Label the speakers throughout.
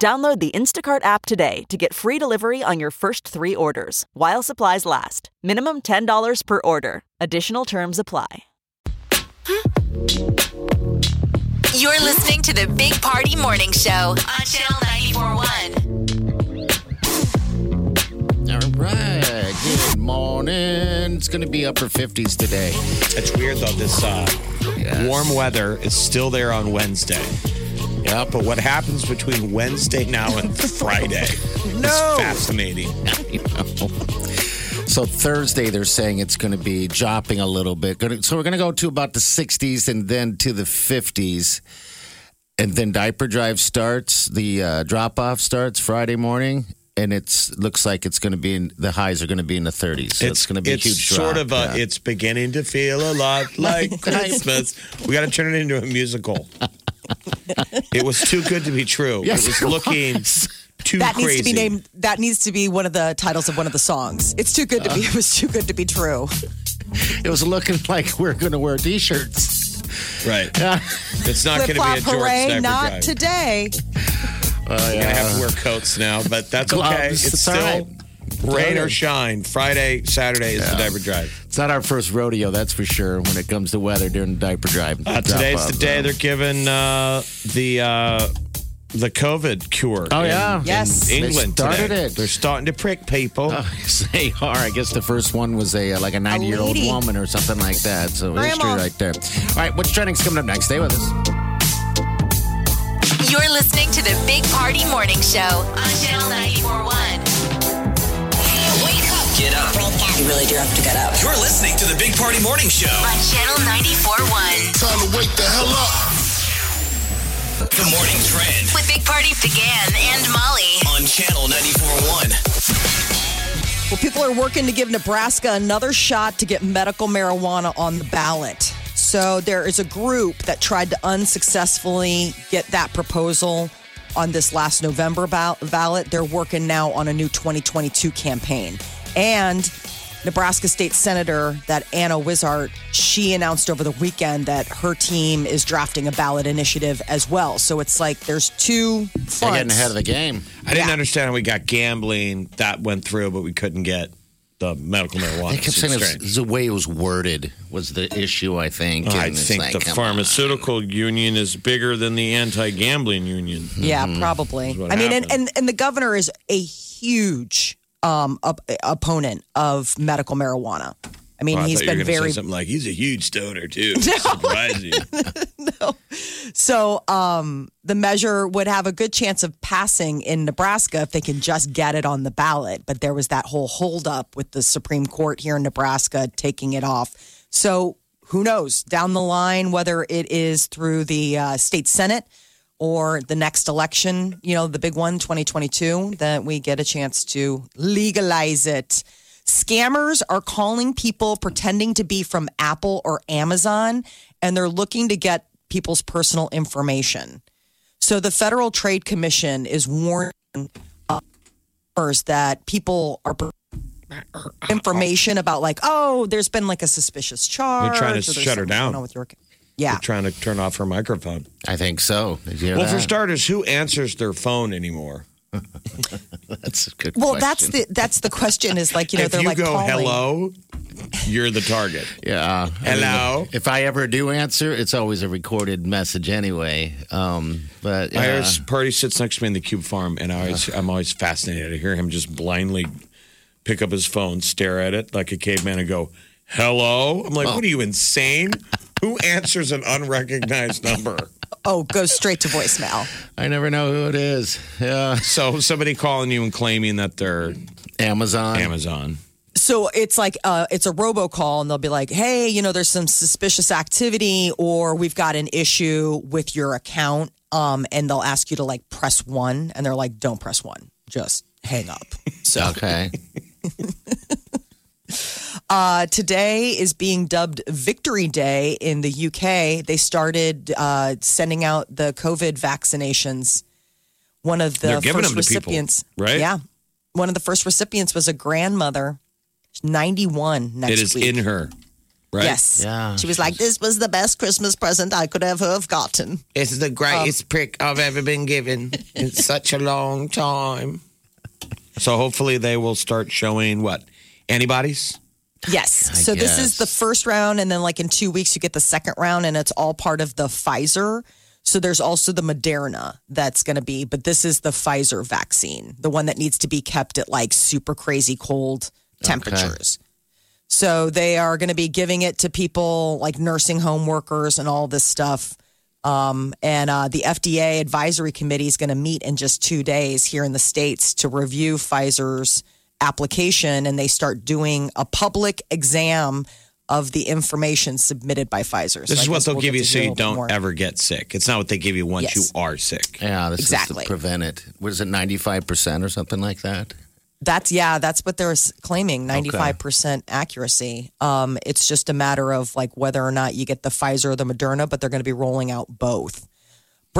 Speaker 1: Download the Instacart app today to get free delivery on your first three orders while supplies last. Minimum $10 per order. Additional terms apply.
Speaker 2: You're listening to the Big Party Morning Show on Channel 941.
Speaker 3: All right. Good morning. It's going to be upper 50s today.
Speaker 4: It's weird though. This uh, warm weather is still there on Wednesday. Yeah, but what happens between Wednesday now and Friday
Speaker 3: No.
Speaker 4: is fascinating.
Speaker 3: So Thursday, they're saying it's going to be dropping a little bit. Gonna- So we're going to go to about the 60s and then to the 50s. And then diaper drive starts. The uh, drop off starts Friday morning. And it's looks like it's going to be in the highs are going to be in the 30s. So it's, going to be
Speaker 4: it's
Speaker 3: a huge
Speaker 4: sort
Speaker 3: drop,
Speaker 4: of a.
Speaker 3: yeah.
Speaker 4: It's beginning to feel a lot like Christmas. We got to turn it into a musical. it was too good to be true.
Speaker 3: Yes,
Speaker 4: it was
Speaker 3: it
Speaker 4: looking too
Speaker 5: That
Speaker 4: crazy.
Speaker 5: needs to be named. That needs to be one of the titles of one of the songs. It's too good to be. It was too good to be true.
Speaker 3: it was looking like we're going to wear t-shirts.
Speaker 4: Right. It's not
Speaker 5: Flip
Speaker 4: going to be
Speaker 5: flop
Speaker 4: a George
Speaker 5: hooray!
Speaker 4: Diaper
Speaker 5: Not
Speaker 4: Drive.
Speaker 5: today.
Speaker 4: We're gonna have to wear coats now, but that's okay.
Speaker 3: Gloves,
Speaker 4: It's,
Speaker 3: it's all
Speaker 4: still
Speaker 3: right.
Speaker 4: rain
Speaker 3: all
Speaker 4: or
Speaker 3: right.
Speaker 4: shine. Friday, Saturday is the diaper drive.
Speaker 3: It's not our first rodeo, that's for sure, when it comes to weather during the diaper drive.
Speaker 4: Uh, today's
Speaker 3: drop-off.
Speaker 4: the day they're giving uh, the uh, the COVID cure.
Speaker 3: Oh,
Speaker 4: in
Speaker 3: yeah.
Speaker 5: Yes.
Speaker 4: England
Speaker 3: They started
Speaker 4: today.
Speaker 3: it.
Speaker 4: They're starting to prick people.
Speaker 3: Oh. They are. I guess the first one was a uh, like a 90 year old
Speaker 5: lady.
Speaker 3: woman or something like that. So history
Speaker 5: Grandma.
Speaker 3: right there. All right, what's trending's coming up next? Stay with us.
Speaker 2: You're listening to the Big Party Morning Show on Channel 941.
Speaker 6: Get up.
Speaker 7: You really do have to get up.
Speaker 6: You're listening to the Big Party Morning Show.
Speaker 2: On Channel 941
Speaker 8: Time to wake the hell up.
Speaker 6: The Morning Trend
Speaker 2: with Big Party began and Molly.
Speaker 6: on Channel 94.1.
Speaker 5: Well, people are working to give Nebraska another shot to get medical marijuana on the ballot. So there is a group that tried to unsuccessfully get that proposal on this last November bal- ballot. They're working now on a new 2022 campaign. And Nebraska State Senator that Anna Wizart, she announced over the weekend that her team is drafting a ballot initiative as well. So it's like there's two fronts.
Speaker 3: They're getting ahead of the game.
Speaker 4: I didn't understand how we got gambling that went through, but we couldn't get the medical marijuana.
Speaker 3: They kept
Speaker 4: It
Speaker 3: saying it
Speaker 4: seemed
Speaker 3: was,
Speaker 4: strange.
Speaker 3: the way it was worded was the issue, Oh, I think.
Speaker 4: I
Speaker 3: and it's
Speaker 4: think
Speaker 3: like,
Speaker 4: the
Speaker 3: come
Speaker 4: pharmaceutical union is bigger than the anti-gambling union.
Speaker 5: Yeah, probably.
Speaker 4: Mm-hmm. what
Speaker 5: I mean, and,
Speaker 4: happened.
Speaker 5: and and the governor is a huge um op- opponent of medical marijuana. I mean,
Speaker 4: Oh, I
Speaker 5: he's
Speaker 4: thought
Speaker 5: been
Speaker 4: you were gonna say
Speaker 5: very
Speaker 4: something like he's a huge stoner too. Surprising.
Speaker 5: so. Um, the measure would have a good chance of passing in Nebraska if they can just get it on the ballot. But there was that whole holdup with the Supreme Court here in Nebraska taking it off. So who knows down the line whether it is through the uh, state senate or the next election, you know, the big one, 2022, that we get a chance to legalize it. Scammers are calling people pretending to be from Apple or Amazon, and they're looking to get people's personal information. So the Federal Trade Commission is warning uh, that people are information about like, oh, there's been like a suspicious charge.
Speaker 4: They're trying to
Speaker 5: or there's
Speaker 4: shut her
Speaker 5: something
Speaker 4: down.
Speaker 5: going on with your- yeah.
Speaker 4: Trying to turn off her microphone.
Speaker 3: on. I think so. Did you hear
Speaker 4: Well,
Speaker 3: that?
Speaker 4: for starters, who answers their phone anymore?
Speaker 3: that's a good
Speaker 5: Well,
Speaker 3: question.
Speaker 5: that's the that's the question. Is like you know
Speaker 4: if
Speaker 5: they're
Speaker 4: you
Speaker 5: like
Speaker 4: go
Speaker 5: calling.
Speaker 4: hello, you're the target.
Speaker 3: Yeah.
Speaker 4: Hello?
Speaker 3: if I ever do answer, it's always a recorded message anyway. Um, but
Speaker 4: I
Speaker 3: yeah.
Speaker 4: always, Party sits next to me in the Cube Farm, and I always, I'm always fascinated to hear him just blindly pick up his phone, stare at it like a caveman, and go, "Hello." I'm like, "What are you insane? who answers an unrecognized number?"
Speaker 5: Oh, go straight to voicemail.
Speaker 3: I never know who it is. Yeah.
Speaker 4: So somebody calling you and claiming that they're
Speaker 3: Amazon.
Speaker 4: Amazon.
Speaker 5: So it's like uh, it's a robocall, and they'll be like, "Hey, you know, there's some suspicious activity, or we've got an issue with your account," um, and they'll ask you to like press one, and they're like, "Don't press one, just hang up. So
Speaker 3: Okay.
Speaker 5: uh, today is being dubbed Victory Day in the UK. They started uh, sending out the COVID vaccinations. One of the
Speaker 4: They're giving
Speaker 5: first
Speaker 4: them to people,
Speaker 5: recipients,
Speaker 4: right?
Speaker 5: Yeah, one of the first recipients was a grandmother, ninety-one. Next
Speaker 4: It is
Speaker 5: week.
Speaker 4: in her, right?
Speaker 5: Yes.
Speaker 3: Yeah.
Speaker 5: She was like, "This was the best Christmas present I could ever have gotten."
Speaker 7: This is the greatest prick I've ever been given in such a long time.
Speaker 4: So hopefully they will start showing what antibodies.
Speaker 5: Yes. so this is
Speaker 3: guess.
Speaker 5: the first round, and then like in two weeks you get the second round, and it's all part of the Pfizer. So there's also the Moderna that's going to be, but this is the Pfizer vaccine, the one that needs to be kept at like super crazy cold temperatures. So they are going to be giving it to people like nursing home workers and all this stuff. Um, and uh, the FDA advisory committee is going to meet in just two days here in the States to review Pfizer's application. And they start doing a public exam of the information submitted by Pfizer.
Speaker 4: This
Speaker 5: So I
Speaker 4: is what
Speaker 5: guess
Speaker 4: they'll
Speaker 5: we'll
Speaker 4: give
Speaker 5: get
Speaker 4: you
Speaker 5: to
Speaker 4: so
Speaker 5: hear a
Speaker 4: you
Speaker 5: little bit
Speaker 4: don't
Speaker 5: more.
Speaker 4: ever get sick. It's not what they give you once
Speaker 5: Yes.
Speaker 4: you are sick.
Speaker 3: Yeah, this
Speaker 5: Exactly.
Speaker 3: is to prevent it. What is it, 95% or something like that?
Speaker 5: That's yeah, that's what they're s- claiming, 95% accuracy. Um it's just a matter of like whether or not you get the Pfizer or the Moderna, but they're going to be rolling out both.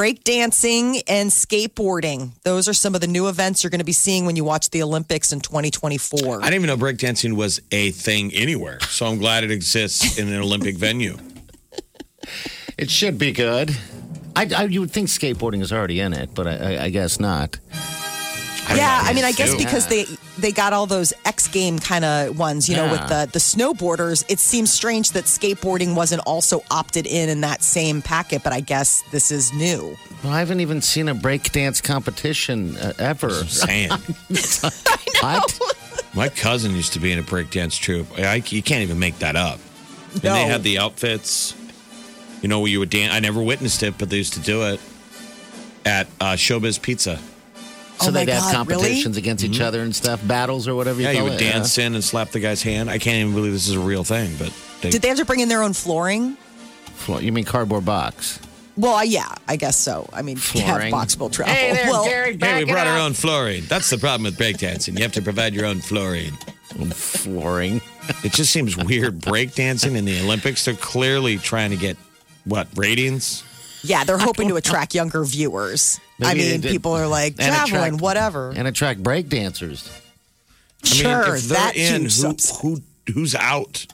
Speaker 5: Breakdancing and skateboarding. Those are some of the new events you're going to be seeing when you watch the Olympics in 2024.
Speaker 4: I didn't even know breakdancing was a thing anywhere. So I'm glad it exists in an Olympic venue.
Speaker 3: It should be good. I, I- you would think skateboarding is already in it, but I, I, I guess not.
Speaker 4: don't
Speaker 5: yeah,
Speaker 4: know.
Speaker 5: I mean, I guess
Speaker 4: Too.
Speaker 5: because they they got all those X game kind of ones, you know, with
Speaker 3: Yeah.
Speaker 5: the the snowboarders. It seems strange that skateboarding wasn't also opted in in that same packet, but I guess this is new.
Speaker 3: Well, I haven't even seen a breakdance competition uh, ever.
Speaker 4: Saying
Speaker 3: What?
Speaker 5: Oh
Speaker 4: my cousin used to be in a breakdance troupe. I, you can't even make that up. And
Speaker 5: No.
Speaker 4: they had the outfits. You know, where you would dance. I never witnessed it, but they used to do it at uh, Showbiz Pizza.
Speaker 3: So
Speaker 5: Oh my
Speaker 3: they'd have
Speaker 5: God, really?
Speaker 3: competitions against each other and stuff, battles or whatever you
Speaker 4: Mm-hmm. Yeah, you
Speaker 3: call
Speaker 4: would
Speaker 3: it.
Speaker 5: uh,
Speaker 4: dance in and slap the guy's hand. I can't even believe this is a real thing, but they,
Speaker 5: Did they have to bring in their own flooring?
Speaker 3: Flo- You mean cardboard box?
Speaker 5: Well, I- yeah, I guess so. I mean, to have
Speaker 3: Flooring.
Speaker 5: box will travel. well,
Speaker 4: Hey, we brought our own fluorine. That's the problem with breakdancing. You have to provide your own fluorine.
Speaker 3: Mm, Flooring.
Speaker 4: It just seems weird. Breakdancing in the Olympics, they're clearly trying to get what ratings?
Speaker 5: yeah, they're hoping to attract younger viewers. I
Speaker 3: Maybe they
Speaker 5: mean,
Speaker 3: did.
Speaker 5: people are like
Speaker 3: And attract-
Speaker 5: traveling, whatever.
Speaker 3: And attract breakdancers.
Speaker 4: I mean,
Speaker 5: sure,
Speaker 4: if they're
Speaker 5: that huge
Speaker 4: in, who,
Speaker 5: subs-
Speaker 4: who who's out?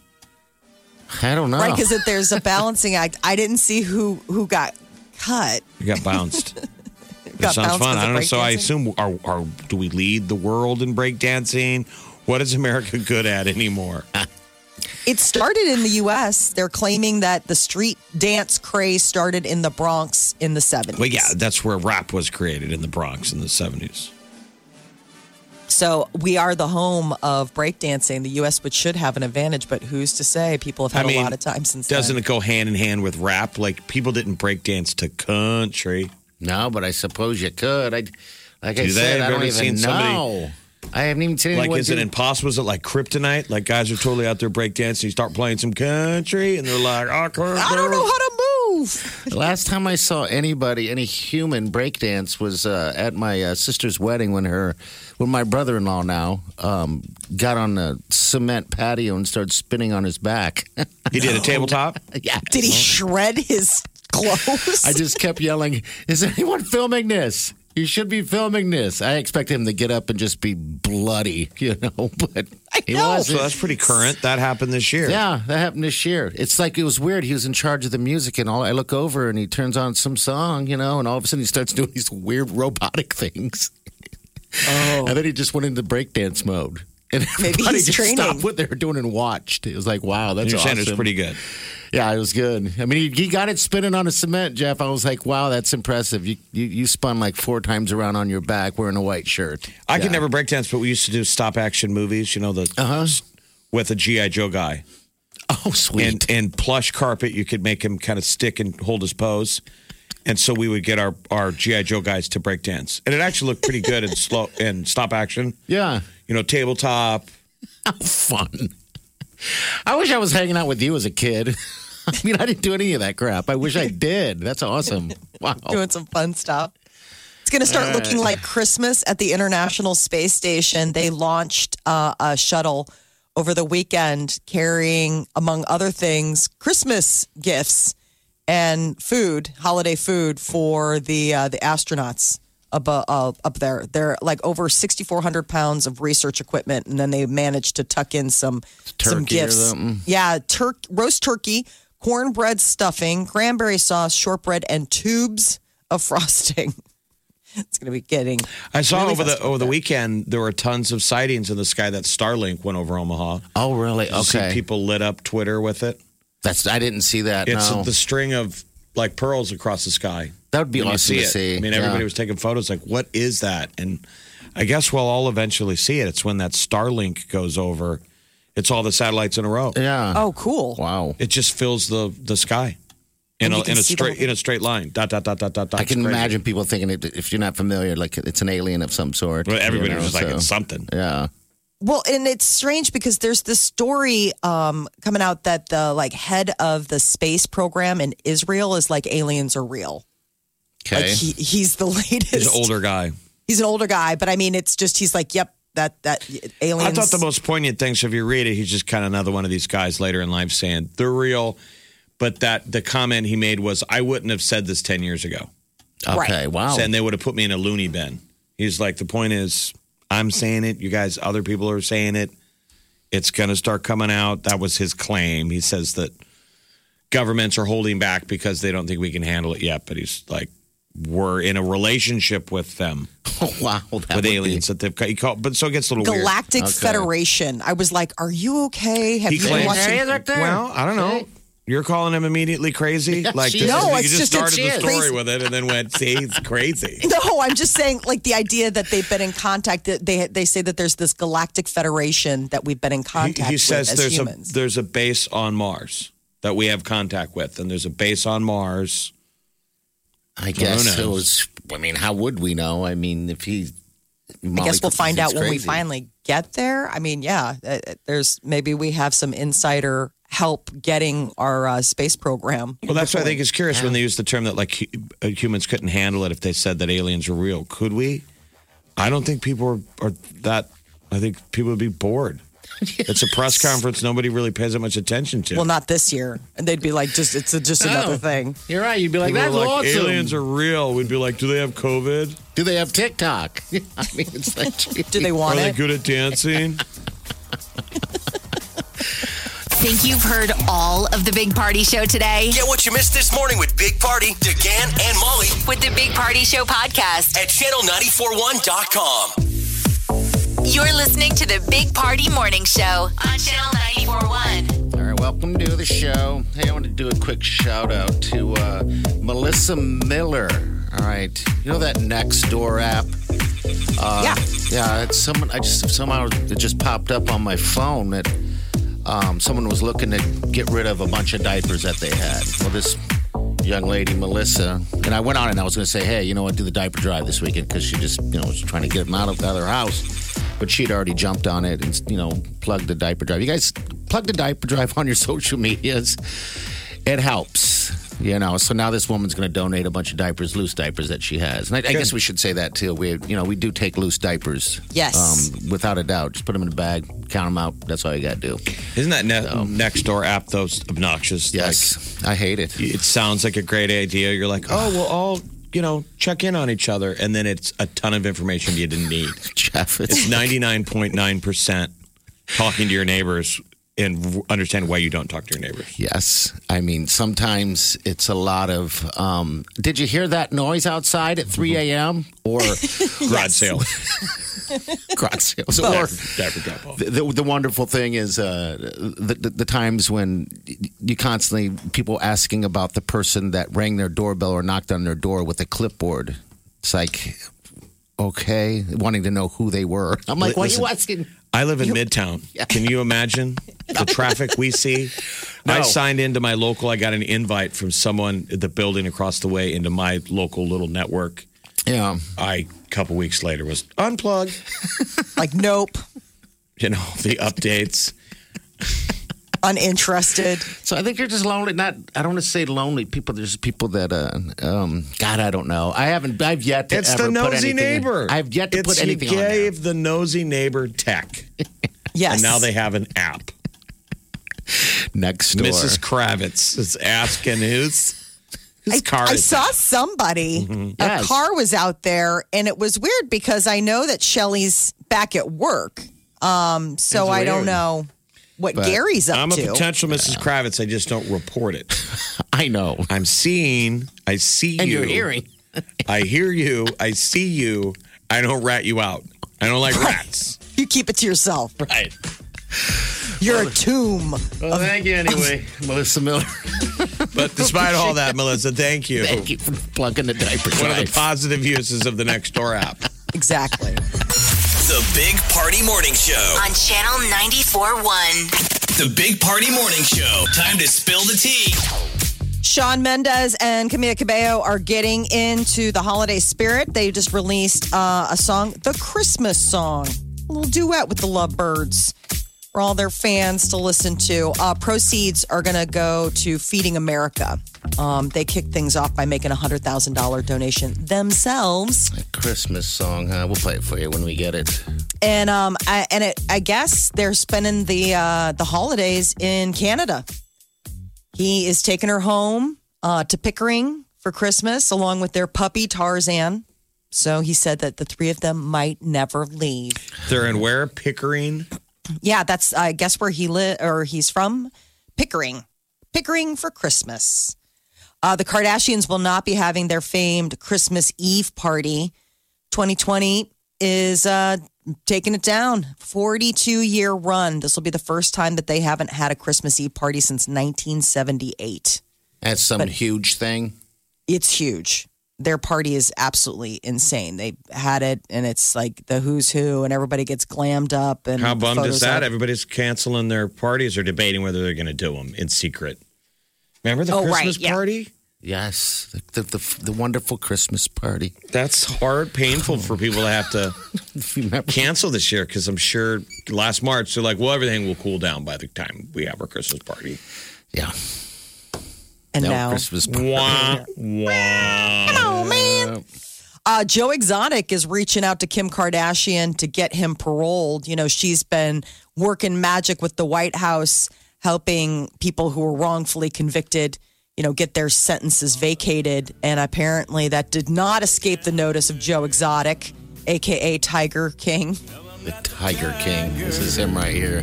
Speaker 3: I don't know.
Speaker 5: right? Because if there's a balancing act, I didn't see who who got cut.
Speaker 4: You got bounced.
Speaker 5: Got
Speaker 4: that sounds
Speaker 5: bounced
Speaker 4: fun.
Speaker 5: 'cause
Speaker 4: I
Speaker 5: of
Speaker 4: don't know. So I
Speaker 5: breakdancing?
Speaker 4: assume are, are do we lead the world in breakdancing? What is America good at anymore?
Speaker 5: It started in the U.S. They're claiming that the street dance craze started in the Bronx in the 70s.
Speaker 4: Well, yeah, that's where rap was created in the Bronx in the seventies.
Speaker 5: So we are the home of breakdancing. The U.S. would should have an advantage, but who's to say? People have had a lot of time since then.
Speaker 4: doesn't it go hand in hand with rap? Like people didn't breakdance to country.
Speaker 3: no, but I suppose you could. I, like I
Speaker 4: Do they?
Speaker 3: said, I
Speaker 4: Have you
Speaker 3: don't
Speaker 4: ever
Speaker 3: even
Speaker 4: seen somebody-
Speaker 3: know. I haven't even seen
Speaker 4: Like,
Speaker 3: anyone
Speaker 4: is it
Speaker 3: do-
Speaker 4: impossible? Is it like kryptonite? Like, guys are totally out there breakdancing. You start playing some country, and they're like, I, can't
Speaker 5: I don't
Speaker 4: do
Speaker 5: know
Speaker 4: it."
Speaker 5: how to move.
Speaker 3: Last time I saw anybody, any human breakdance was uh, at my uh, sister's wedding when her, when my brother-in-law now um, got on the cement patio and started spinning on his back.
Speaker 4: He did a tabletop.
Speaker 3: yeah,
Speaker 5: Did he shred his clothes?
Speaker 3: I just kept yelling, "Is anyone filming this? You should be filming this." I expect him to get up and just be bloody, you know, but he
Speaker 5: know.
Speaker 4: So
Speaker 3: wasn't.
Speaker 4: that's pretty current. That happened this year.
Speaker 3: Yeah, that happened this year. It's like it was weird. He was in charge of the music and all. I look over and he turns on some song, you know, and all of a sudden he starts doing these weird robotic things. Oh. And then he just went into breakdance mode. And
Speaker 5: Maybe
Speaker 3: everybody
Speaker 5: he's
Speaker 3: just
Speaker 5: training.
Speaker 3: stopped what they were doing and watched. It was like, wow, that's
Speaker 4: You're
Speaker 3: awesome.
Speaker 4: saying it's pretty good.
Speaker 3: Yeah, it was good. I mean, he, he got it spinning on a cement, Jeff. I was like, wow, that's impressive. You, you you spun like four times around on your back wearing a white shirt.
Speaker 4: I could never breakdance, but we used to do stop action movies. You know the
Speaker 5: Uh-huh.
Speaker 3: Uh huh.
Speaker 4: with a GI Joe guy
Speaker 3: Oh,
Speaker 4: and
Speaker 3: sweet.
Speaker 4: and plush carpet. You could make him kind of stick and hold his pose. And so we would get our our GI Joe guys to breakdance, and it actually looked pretty good in slow and stop action.
Speaker 3: yeah.
Speaker 4: You know, tabletop.
Speaker 3: fun. I wish I was hanging out with you as a kid. I mean, I didn't do any of that crap. I wish I did. That's awesome. Wow.
Speaker 5: doing some fun stuff. It's going to start looking like Christmas at the International Space Station. They launched uh, a shuttle over the weekend carrying, among other things, Christmas gifts and food, holiday food for the uh, the astronauts up uh, uh, up there. They're like over 6,400 pounds of research equipment, and then they managed to tuck in some some
Speaker 3: Turkey or
Speaker 5: gifts.
Speaker 3: something.
Speaker 5: Yeah, turk roast turkey, cornbread stuffing, cranberry sauce, shortbread, and tubes of frosting. It's going to be getting.
Speaker 4: I saw
Speaker 5: really
Speaker 4: over the
Speaker 5: festive
Speaker 4: over the
Speaker 5: there.
Speaker 4: weekend there were tons of sightings in the sky that Starlink went over Omaha.
Speaker 3: Oh, really?
Speaker 4: You see
Speaker 3: Okay.
Speaker 4: people lit up Twitter with it.
Speaker 3: That's I didn't see that.
Speaker 4: It's
Speaker 3: no.
Speaker 4: the string of like pearls across the sky.
Speaker 3: that would be
Speaker 4: When you
Speaker 3: awesome
Speaker 4: see
Speaker 3: to
Speaker 4: it.
Speaker 3: see.
Speaker 4: I mean,
Speaker 3: Yeah.
Speaker 4: everybody was taking photos. Like, what is that? And I guess we'll all eventually see it. It's when that Starlink goes over. It's all the satellites in a row.
Speaker 3: Yeah.
Speaker 5: Oh, cool!
Speaker 3: Wow.
Speaker 4: It just fills the the sky in
Speaker 5: And
Speaker 4: a,
Speaker 5: you can
Speaker 4: in a
Speaker 5: see the
Speaker 4: straight
Speaker 5: whole-
Speaker 4: in a straight line. Dot dot dot dot dot. dot.
Speaker 3: I can
Speaker 4: It's crazy.
Speaker 3: imagine people thinking it, if you're not familiar, like it's an alien of some sort.
Speaker 4: But everybody
Speaker 3: you know,
Speaker 4: was just like,
Speaker 3: so-
Speaker 4: it's something.
Speaker 3: yeah.
Speaker 5: Well, and it's strange because there's this story um, coming out that the like head of the space program in Israel is like aliens are real. Like
Speaker 3: Okay.
Speaker 5: he, he's the latest.
Speaker 4: He's an older guy.
Speaker 5: He's an older guy, but I mean, it's just he's like, yep, that that
Speaker 4: I
Speaker 5: aliens.
Speaker 4: thought the most poignant thing. So if you read it, he's just kind of another one of these guys later in life saying they're real. But that the comment he made was, I wouldn't have said this ten years ago,
Speaker 3: okay. Wow.
Speaker 4: and they would have put me in a loony bin. He's like, the point is, I'm saying it. You guys, other people are saying it. It's going to start coming out. That was his claim. He says that governments are holding back because they don't think we can handle it yet. But he's like, we're in a relationship with them,
Speaker 3: wow. That would
Speaker 4: with
Speaker 3: be-
Speaker 4: aliens that they've he called. But so it gets a little weird.
Speaker 5: Galactic
Speaker 3: Okay.
Speaker 5: Federation. I was like, are you okay? Have
Speaker 4: He
Speaker 5: you been
Speaker 4: claims-
Speaker 5: watching?
Speaker 4: Well, I don't know. You're calling him immediately crazy? like
Speaker 3: she
Speaker 4: this
Speaker 3: is.
Speaker 4: is-
Speaker 5: No,
Speaker 4: you
Speaker 5: it's
Speaker 4: just
Speaker 5: just that
Speaker 4: started
Speaker 5: she
Speaker 4: the
Speaker 5: is.
Speaker 4: story with it and then went, see, it's crazy.
Speaker 5: No, I'm just saying, like the idea that they've been in contact. That they they say that there's this galactic federation that we've been in
Speaker 4: He,
Speaker 5: contact
Speaker 4: he
Speaker 5: with
Speaker 4: says
Speaker 5: as
Speaker 4: there's
Speaker 5: humans.
Speaker 4: a there's a base on Mars that we have contact with, and there's a base on Mars.
Speaker 3: I guess
Speaker 4: Who
Speaker 3: it
Speaker 4: knows?
Speaker 3: was. I mean, how would we know? I mean, if he.
Speaker 5: I guess we'll find out when we finally get there. I mean, yeah, uh, uh, there's maybe we have some insider help getting our uh, space program.
Speaker 4: Well, that's why I think it's curious when they use the term that like hu- uh, humans couldn't handle it if they said that aliens were real. Could we? I don't think people are, are that. I think people would be bored. It's a press conference nobody really pays that much attention to.
Speaker 5: Well, not this year, and they'd be like, just it's a, just another thing.
Speaker 3: You're right. You'd be like,
Speaker 4: People are
Speaker 3: that's
Speaker 4: like,
Speaker 3: awesome.
Speaker 4: aliens are real. We'd be like, do they have COVID?
Speaker 3: Do they have TikTok? I mean, it's like.
Speaker 5: Do they
Speaker 4: Are
Speaker 5: want
Speaker 4: they
Speaker 5: it?
Speaker 4: good at dancing?
Speaker 2: Think you've heard all of the Big Party Show today?
Speaker 6: Get what you missed this morning with Big Party, DeGan, and Molly
Speaker 2: With the Big Party Show podcast,
Speaker 6: at channel941.com.
Speaker 2: you're listening to the Big Party Morning Show on Channel 941.
Speaker 3: All right, welcome to the show. Hey, I want to do a quick shout out to uh, Melissa Miller. All right, you know that next door app? Uh,
Speaker 5: yeah,
Speaker 3: Yeah, it's someone. I just somehow it just popped up on my phone that um, someone was looking to get rid of a bunch of diapers that they had. Well, this young lady Melissa and I went on and I was going to say, hey, you know what, do the diaper drive this weekend because she just you know was trying to get them out of, out of her house, but she'd already jumped on it and you know plugged the diaper drive. You guys plug the diaper drive on your social medias. It helps. You know, so now this woman's going to donate a bunch of diapers, loose diapers that she has, and I, I guess we should say that too. We, you know, we do take loose diapers,
Speaker 5: Yes.
Speaker 3: um, without a doubt. Just put them in a bag, count them out. That's all you got to do.
Speaker 4: Isn't that ne- next door app though obnoxious?
Speaker 3: Yes, I hate it.
Speaker 4: Like, it sounds like a great idea. You're like, oh, we'll all you know check in on each other, and then it's a ton of information you didn't need.
Speaker 3: Jeff, it's
Speaker 4: It's ninety nine point nine percent talking to your neighbors and r- understand why you don't talk to your neighbors.
Speaker 3: Yes. I mean, sometimes it's a lot of, um, did you hear that noise outside at 3 a.m.? Or
Speaker 4: Garage sale,
Speaker 3: garage sales.
Speaker 4: or
Speaker 3: Or
Speaker 4: diaper drop off.
Speaker 3: the, the wonderful thing is uh, the, the, the times when you constantly, people asking about the person that rang their doorbell or knocked on their door with a clipboard. It's like, okay, wanting to know who they were. I'm like,
Speaker 4: Li-
Speaker 3: why are you
Speaker 4: listen.
Speaker 3: asking?
Speaker 4: I live in Midtown. Can you imagine the traffic we see? I signed into my local. I got an invite from someone at the building across the way into my local little network.
Speaker 3: Yeah.
Speaker 4: I a couple weeks later was unplugged.
Speaker 5: like nope.
Speaker 4: You know the updates.
Speaker 5: uninterested.
Speaker 3: So I think you're just lonely. Not I don't want to say lonely people. There's people that uh, um, God, I don't know. I haven't. I've yet to.
Speaker 4: It's
Speaker 3: ever
Speaker 4: the
Speaker 3: put anything
Speaker 4: nosy
Speaker 3: in-
Speaker 4: neighbor.
Speaker 3: I've yet to
Speaker 4: it's
Speaker 3: put anything
Speaker 4: you
Speaker 3: on there.
Speaker 4: gave the nosy neighbor tech,
Speaker 5: Yes.
Speaker 4: and now they have an app.
Speaker 3: Next door,
Speaker 4: Mrs. Kravitz is asking who's
Speaker 5: I,
Speaker 4: his car. Mm-hmm.
Speaker 5: I
Speaker 4: is-
Speaker 5: saw somebody.
Speaker 3: Yes.
Speaker 5: A car was out there, and it was weird because I know that Shelly's back at work. Um, so
Speaker 4: It's
Speaker 5: I don't
Speaker 4: weird.
Speaker 5: know what
Speaker 3: But
Speaker 5: Gary's up
Speaker 4: I'm a
Speaker 5: to.
Speaker 4: potential Mrs. Kravitz. I just don't report it.
Speaker 3: I know.
Speaker 4: I'm seeing. I see
Speaker 3: And
Speaker 4: you.
Speaker 3: you're hearing.
Speaker 4: I hear you. I see you. I don't rat you out. I don't like rats.
Speaker 5: you keep it to yourself.
Speaker 4: Right.
Speaker 5: You're a tomb.
Speaker 3: Well, thank you anyway, Melissa Miller.
Speaker 4: But despite all that, Melissa, thank you.
Speaker 3: thank you for plugging the diaper
Speaker 4: One of the
Speaker 3: drive.
Speaker 4: positive uses of the Nextdoor app.
Speaker 5: Exactly.
Speaker 6: The Big Party Morning Show.
Speaker 2: on Channel 94.1.
Speaker 6: The Big Party Morning Show. Time to spill the tea.
Speaker 5: Sean Mendez and Camila Cabello are getting into the holiday spirit. They just released uh, a song, the Christmas song, a little duet with the Lovebirds for all their fans to listen to. Uh, proceeds are going to go to Feeding America. Um, they kicked things off by making a hundred thousand dollar donation themselves,
Speaker 3: Christmas song, huh? We'll play it for you when we get it.
Speaker 5: and um, I, and it, I guess they're spending the uh, the holidays in Canada. He is taking her home uh, to Pickering for Christmas, along with their puppy Tarzan. So he said that the three of them might never leave.
Speaker 4: They're in where? Pickering.
Speaker 5: Yeah, that's I guess where he live or he's from, Pickering. Pickering for Christmas. Uh, the Kardashians will not be having their famed Christmas Eve party. 2020 is uh, taking it down. 42 year run. This will be the first time that they haven't had a Christmas Eve party since 1978.
Speaker 3: That's some huge thing.
Speaker 5: It's huge. Their party is absolutely insane. They had it, and it's like the who's who, and everybody gets glammed up. And
Speaker 4: How
Speaker 5: the
Speaker 4: bummed is
Speaker 5: photos are-
Speaker 4: that? Everybody's canceling their parties or debating whether they're going to do them in secret. Remember the
Speaker 5: Oh, right,
Speaker 4: Christmas
Speaker 5: yeah.
Speaker 4: party?
Speaker 3: Yes, the the, the, the wonderful Christmas party.
Speaker 4: That's hard, painful for people to have to
Speaker 3: If you remember,
Speaker 4: cancel this year because I'm sure last March they're like, well, everything will cool down by the time we have our Christmas party.
Speaker 3: yeah,
Speaker 5: And
Speaker 3: no
Speaker 5: now,
Speaker 3: Christmas party.
Speaker 4: Wah, wah.
Speaker 5: Oh man. Uh, Joe Exotic is reaching out to Kim Kardashian to get him paroled. You know, she's been working magic with the White House, helping people who were wrongfully convicted, you know, get their sentences vacated. And apparently that did not escape the notice of Joe Exotic, AKA Tiger King.
Speaker 3: The Tiger King. This is him right here.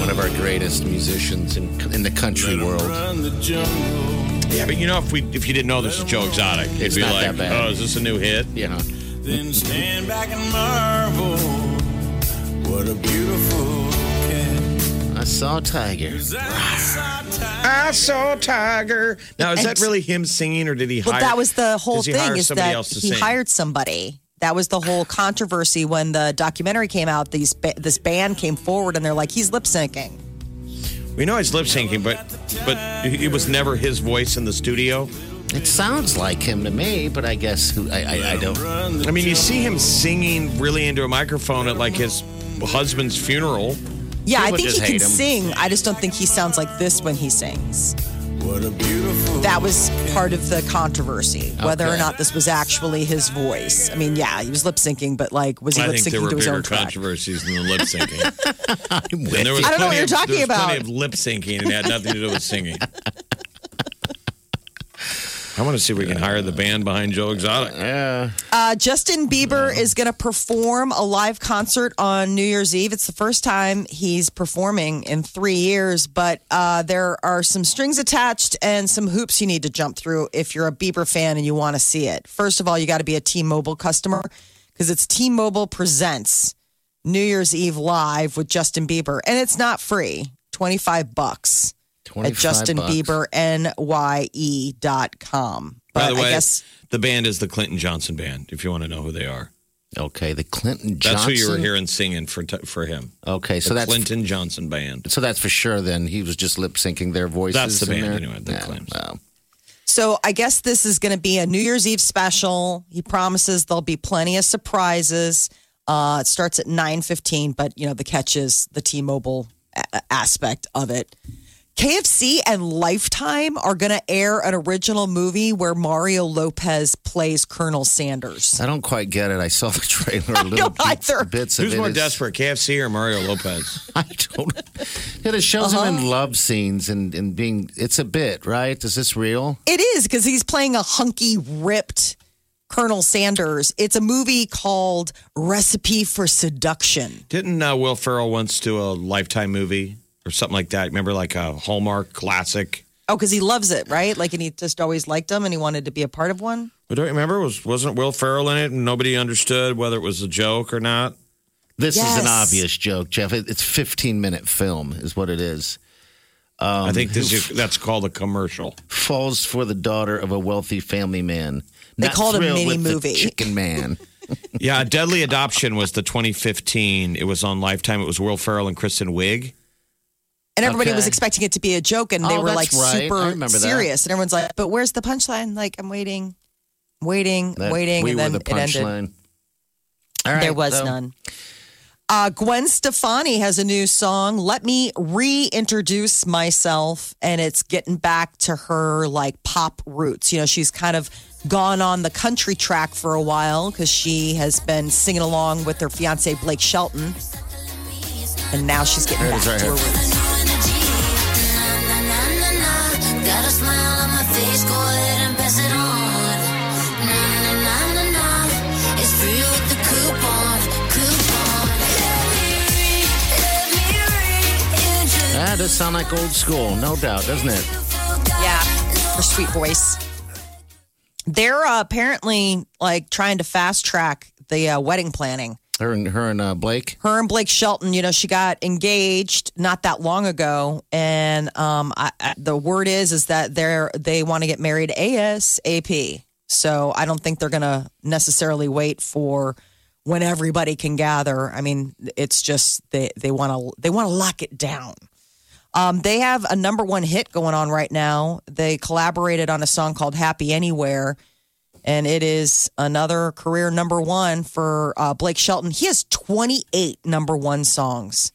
Speaker 3: One of our greatest musicians in, in the country world.
Speaker 4: Yeah, but you know, if we if you didn't know this is Joe Exotic, it'd
Speaker 3: It's
Speaker 4: be
Speaker 3: not
Speaker 4: like,
Speaker 3: that bad.
Speaker 4: oh, is this a new hit?
Speaker 3: Yeah.
Speaker 8: Then stand back and marvel. What a beautiful cat.
Speaker 3: I saw Tiger.
Speaker 4: I saw Tiger. Now, is that really him singing, or did he?
Speaker 5: Well,
Speaker 4: hire,
Speaker 5: that was the whole
Speaker 4: does he
Speaker 5: thing
Speaker 4: hire
Speaker 5: is
Speaker 4: somebody
Speaker 5: that
Speaker 4: else to
Speaker 5: he
Speaker 4: sing?
Speaker 5: hired somebody. That was the whole controversy when the documentary came out. These ba- this band came forward and they're like, he's lip syncing.
Speaker 4: We know he's lip syncing, but but it was never his voice in the studio.
Speaker 3: It sounds like him to me, but I guess who I, I, I don't.
Speaker 4: I mean, you see him singing really into a microphone at like his husband's funeral.
Speaker 5: Yeah, I
Speaker 3: People
Speaker 5: think he
Speaker 3: just
Speaker 5: can
Speaker 3: hate him.
Speaker 5: sing. I just don't think he sounds like this when he sings.
Speaker 8: What a beautiful
Speaker 5: That was part of the controversy, whether or
Speaker 3: Okay.
Speaker 5: not this was actually his voice. I mean, yeah, he was lip syncing, but like, was he
Speaker 4: I
Speaker 5: lip
Speaker 4: think there were
Speaker 5: syncing to his
Speaker 4: bigger
Speaker 5: own track?
Speaker 4: controversies than the lip syncing.
Speaker 3: I'm with
Speaker 4: And there was
Speaker 5: I don't know
Speaker 4: plenty
Speaker 5: what you're
Speaker 4: of-
Speaker 5: talking
Speaker 4: there was
Speaker 5: about.
Speaker 4: Plenty of lip syncing and it had nothing to do with singing. I want to see if we can hire the band behind Joe Exotic.
Speaker 5: Uh, Justin Bieber is going to perform a live concert on New Year's Eve. It's the first time he's performing in three years, but uh, there are some strings attached and some hoops you need to jump through if you're a Bieber fan and you want to see it. First of all, you got to be a T Mobile customer because it's T Mobile Presents New Year's Eve Live with Justin Bieber, and it's not free 25 bucks
Speaker 3: you.
Speaker 5: at justinbiebernye.com.
Speaker 4: By the
Speaker 5: E But
Speaker 4: way,
Speaker 5: I guess.
Speaker 4: the band is the Clinton Johnson Band. If you want to know who they are,
Speaker 3: Okay, the Clinton Johnson.
Speaker 4: that's who you were hearing singing for t- for him.
Speaker 3: Okay, so
Speaker 4: the
Speaker 3: that's
Speaker 4: Clinton Johnson Band.
Speaker 3: so that's for sure. Then he was just lip syncing their voices.
Speaker 4: That's the
Speaker 3: in
Speaker 4: band,
Speaker 3: there?
Speaker 4: anyway, that claims.
Speaker 3: wow.
Speaker 5: So I guess this is going to be a New Year's Eve special. He promises there'll be plenty of surprises. Uh, it starts at nine fifteen, but you know the catch is the T-Mobile a- aspect of it. KFC and Lifetime are going to air an original movie where Mario Lopez plays Colonel Sanders.
Speaker 3: I don't quite get it. I saw the trailer. I
Speaker 5: don't either.
Speaker 3: Bits of
Speaker 4: Who's
Speaker 3: it
Speaker 4: more
Speaker 3: is-
Speaker 4: desperate, KFC or Mario Lopez?
Speaker 3: I don't. It shows him
Speaker 5: Uh-huh.
Speaker 3: in love scenes and, and being. It's a bit, right? Is this real?
Speaker 5: It is because he's playing a hunky, ripped Colonel Sanders. It's a movie called Recipe for Seduction.
Speaker 4: Didn't uh, Will Ferrell once do a Lifetime movie or something like that? Remember, like a Hallmark classic?
Speaker 5: Oh, because he loves it, right? Like, and he just always liked them and he wanted to be a part of one.
Speaker 4: I don't remember. Was wasn't Will Ferrell in it? And nobody understood whether it was a joke or not.
Speaker 3: This is an
Speaker 5: Yes.
Speaker 3: obvious joke, Jeff. It, it's 15 minute film, is what it is.
Speaker 4: I think this is, that's called a commercial.
Speaker 3: Falls for the daughter of a wealthy family man.
Speaker 5: They
Speaker 3: Not
Speaker 5: call it a
Speaker 3: thrilled
Speaker 5: mini
Speaker 3: with the
Speaker 5: movie.
Speaker 3: Chicken man.
Speaker 4: Yeah, Deadly Adoption was the 2015. It was on Lifetime. It was Will Ferrell and Kristen Wiig.
Speaker 5: And everybody
Speaker 3: Okay.
Speaker 5: was expecting it to be a joke and they
Speaker 3: Oh,
Speaker 5: were like
Speaker 3: that's right. I
Speaker 5: super
Speaker 3: remember that.
Speaker 5: serious. And everyone's like, but where's the punchline? Like, I'm waiting, waiting,
Speaker 3: That-
Speaker 5: waiting.
Speaker 3: we
Speaker 5: and
Speaker 3: were
Speaker 5: then
Speaker 3: the
Speaker 5: it ended.
Speaker 3: punchline. All right,
Speaker 5: there was
Speaker 3: so-
Speaker 5: none. Uh, Gwen Stefani has a new song, Let Me Reintroduce Myself, and it's getting back to her like pop roots. You know, she's kind of gone on the country track for a while because she has been singing along with her fiance Blake Shelton. And now she's getting back to her roots.
Speaker 9: Got a smile on my face, go ahead and pass it on. Na na na na na, it's free with the coupon, coupon. Let me re, let me reintroduce.
Speaker 3: That does sound like old school, no doubt, doesn't it?
Speaker 5: Yeah, her sweet voice. They're uh, apparently like trying to fast track the uh, wedding planning.
Speaker 3: Her and her and uh, Blake.
Speaker 5: her and Blake Shelton, you know, she got engaged not that long ago, and um, I, I, the word is is that they're they want to get married ASAP. So I don't think they're going to necessarily wait for when everybody can gather. I mean, it's just they they want to they want to lock it down. Um, they have a number one hit going on right now. They collaborated on a song called "Happy Anywhere." and it is another career number one for uh, Blake Shelton. He has 28 number one songs,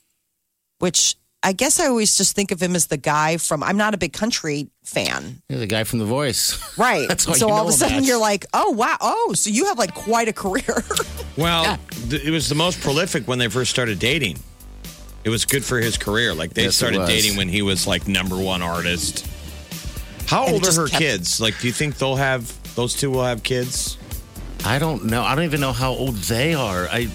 Speaker 5: which I guess I always just think of him as the guy from. I'm not a big country fan,
Speaker 3: You're the guy from The Voice.
Speaker 5: right?
Speaker 3: That's all
Speaker 5: so
Speaker 3: you
Speaker 5: all
Speaker 3: know
Speaker 5: of a sudden
Speaker 3: about.
Speaker 5: you're like, oh wow, oh, so you have like quite a career.
Speaker 4: Well, th- it was the most prolific when they first started dating. It was good for his career. Like they
Speaker 3: Yes, it
Speaker 4: started
Speaker 3: was.
Speaker 4: dating when he was like number one artist. How
Speaker 5: And it
Speaker 4: old are
Speaker 5: just
Speaker 4: her
Speaker 5: kept-
Speaker 4: kids? Like, do you think they'll have those two will have kids?
Speaker 3: I don't know. I don't even know how old they are. I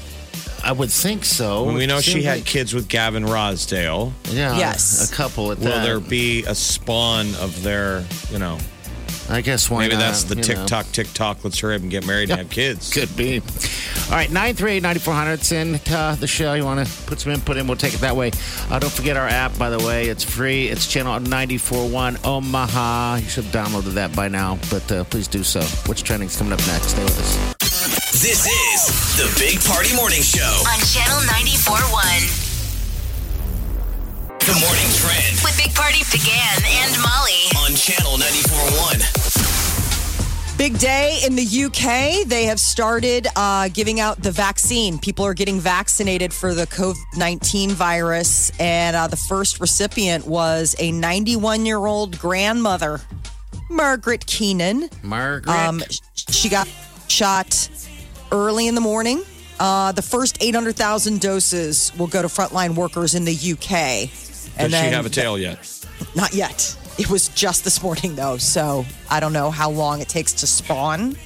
Speaker 3: I would think so.
Speaker 4: When we know she
Speaker 3: Seems
Speaker 4: had
Speaker 3: like-
Speaker 4: kids with Gavin Rosdale,
Speaker 3: Yeah.
Speaker 5: Yes.
Speaker 3: A couple at
Speaker 4: will
Speaker 3: that.
Speaker 4: there be a spawn of their? You know,
Speaker 3: I guess why
Speaker 4: maybe
Speaker 3: not,
Speaker 4: that's the
Speaker 3: you know.
Speaker 4: TikTok TikTok. Let's hurry up and get married and have kids.
Speaker 3: Could be. All right, 938-9400. Send uh, the show. You want to put some input in, we'll take it that way. Uh, don't forget our app, by the way. It's free. It's channel 94.1 Omaha. You should have downloaded that by now, but uh, please do so. What's trending is coming up next. Stay with us.
Speaker 6: This is the Big Party Morning Show.
Speaker 2: On Channel 94.1.
Speaker 6: The morning trend
Speaker 2: With Big Party began and Molly.
Speaker 6: on channel 94.1.
Speaker 5: Big day in the UK. They have started uh, giving out the vaccine. People are getting vaccinated for the COVID 19 virus. And uh, the first recipient was a 91 year old grandmother, Margaret Keenan.
Speaker 3: Margaret.
Speaker 5: Um, sh- she got shot early in the morning. Uh, the first 800,000 doses will go to frontline workers in the UK.
Speaker 4: Does
Speaker 5: And
Speaker 4: she
Speaker 5: then-
Speaker 4: have a tail yet?
Speaker 5: not yet. It was just this morning, though, so I don't know how long it takes to spawn.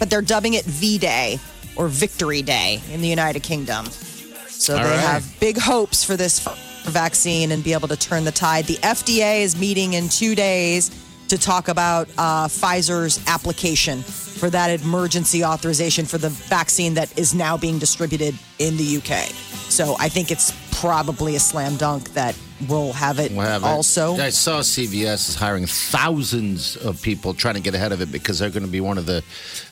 Speaker 5: But they're dubbing it V Day or Victory Day in the United Kingdom. So
Speaker 3: All
Speaker 5: they
Speaker 3: right.
Speaker 5: have big hopes for this f- vaccine and be able to turn the tide. The FDA is meeting in two days to talk about uh, Pfizer's application for that emergency authorization for the vaccine that is now being distributed in the UK. So I think it's probably a slam dunk that we'll have it
Speaker 3: We'll have it.
Speaker 5: also.
Speaker 3: I saw CVS is hiring thousands of people trying to get ahead of it because they're going to be one of the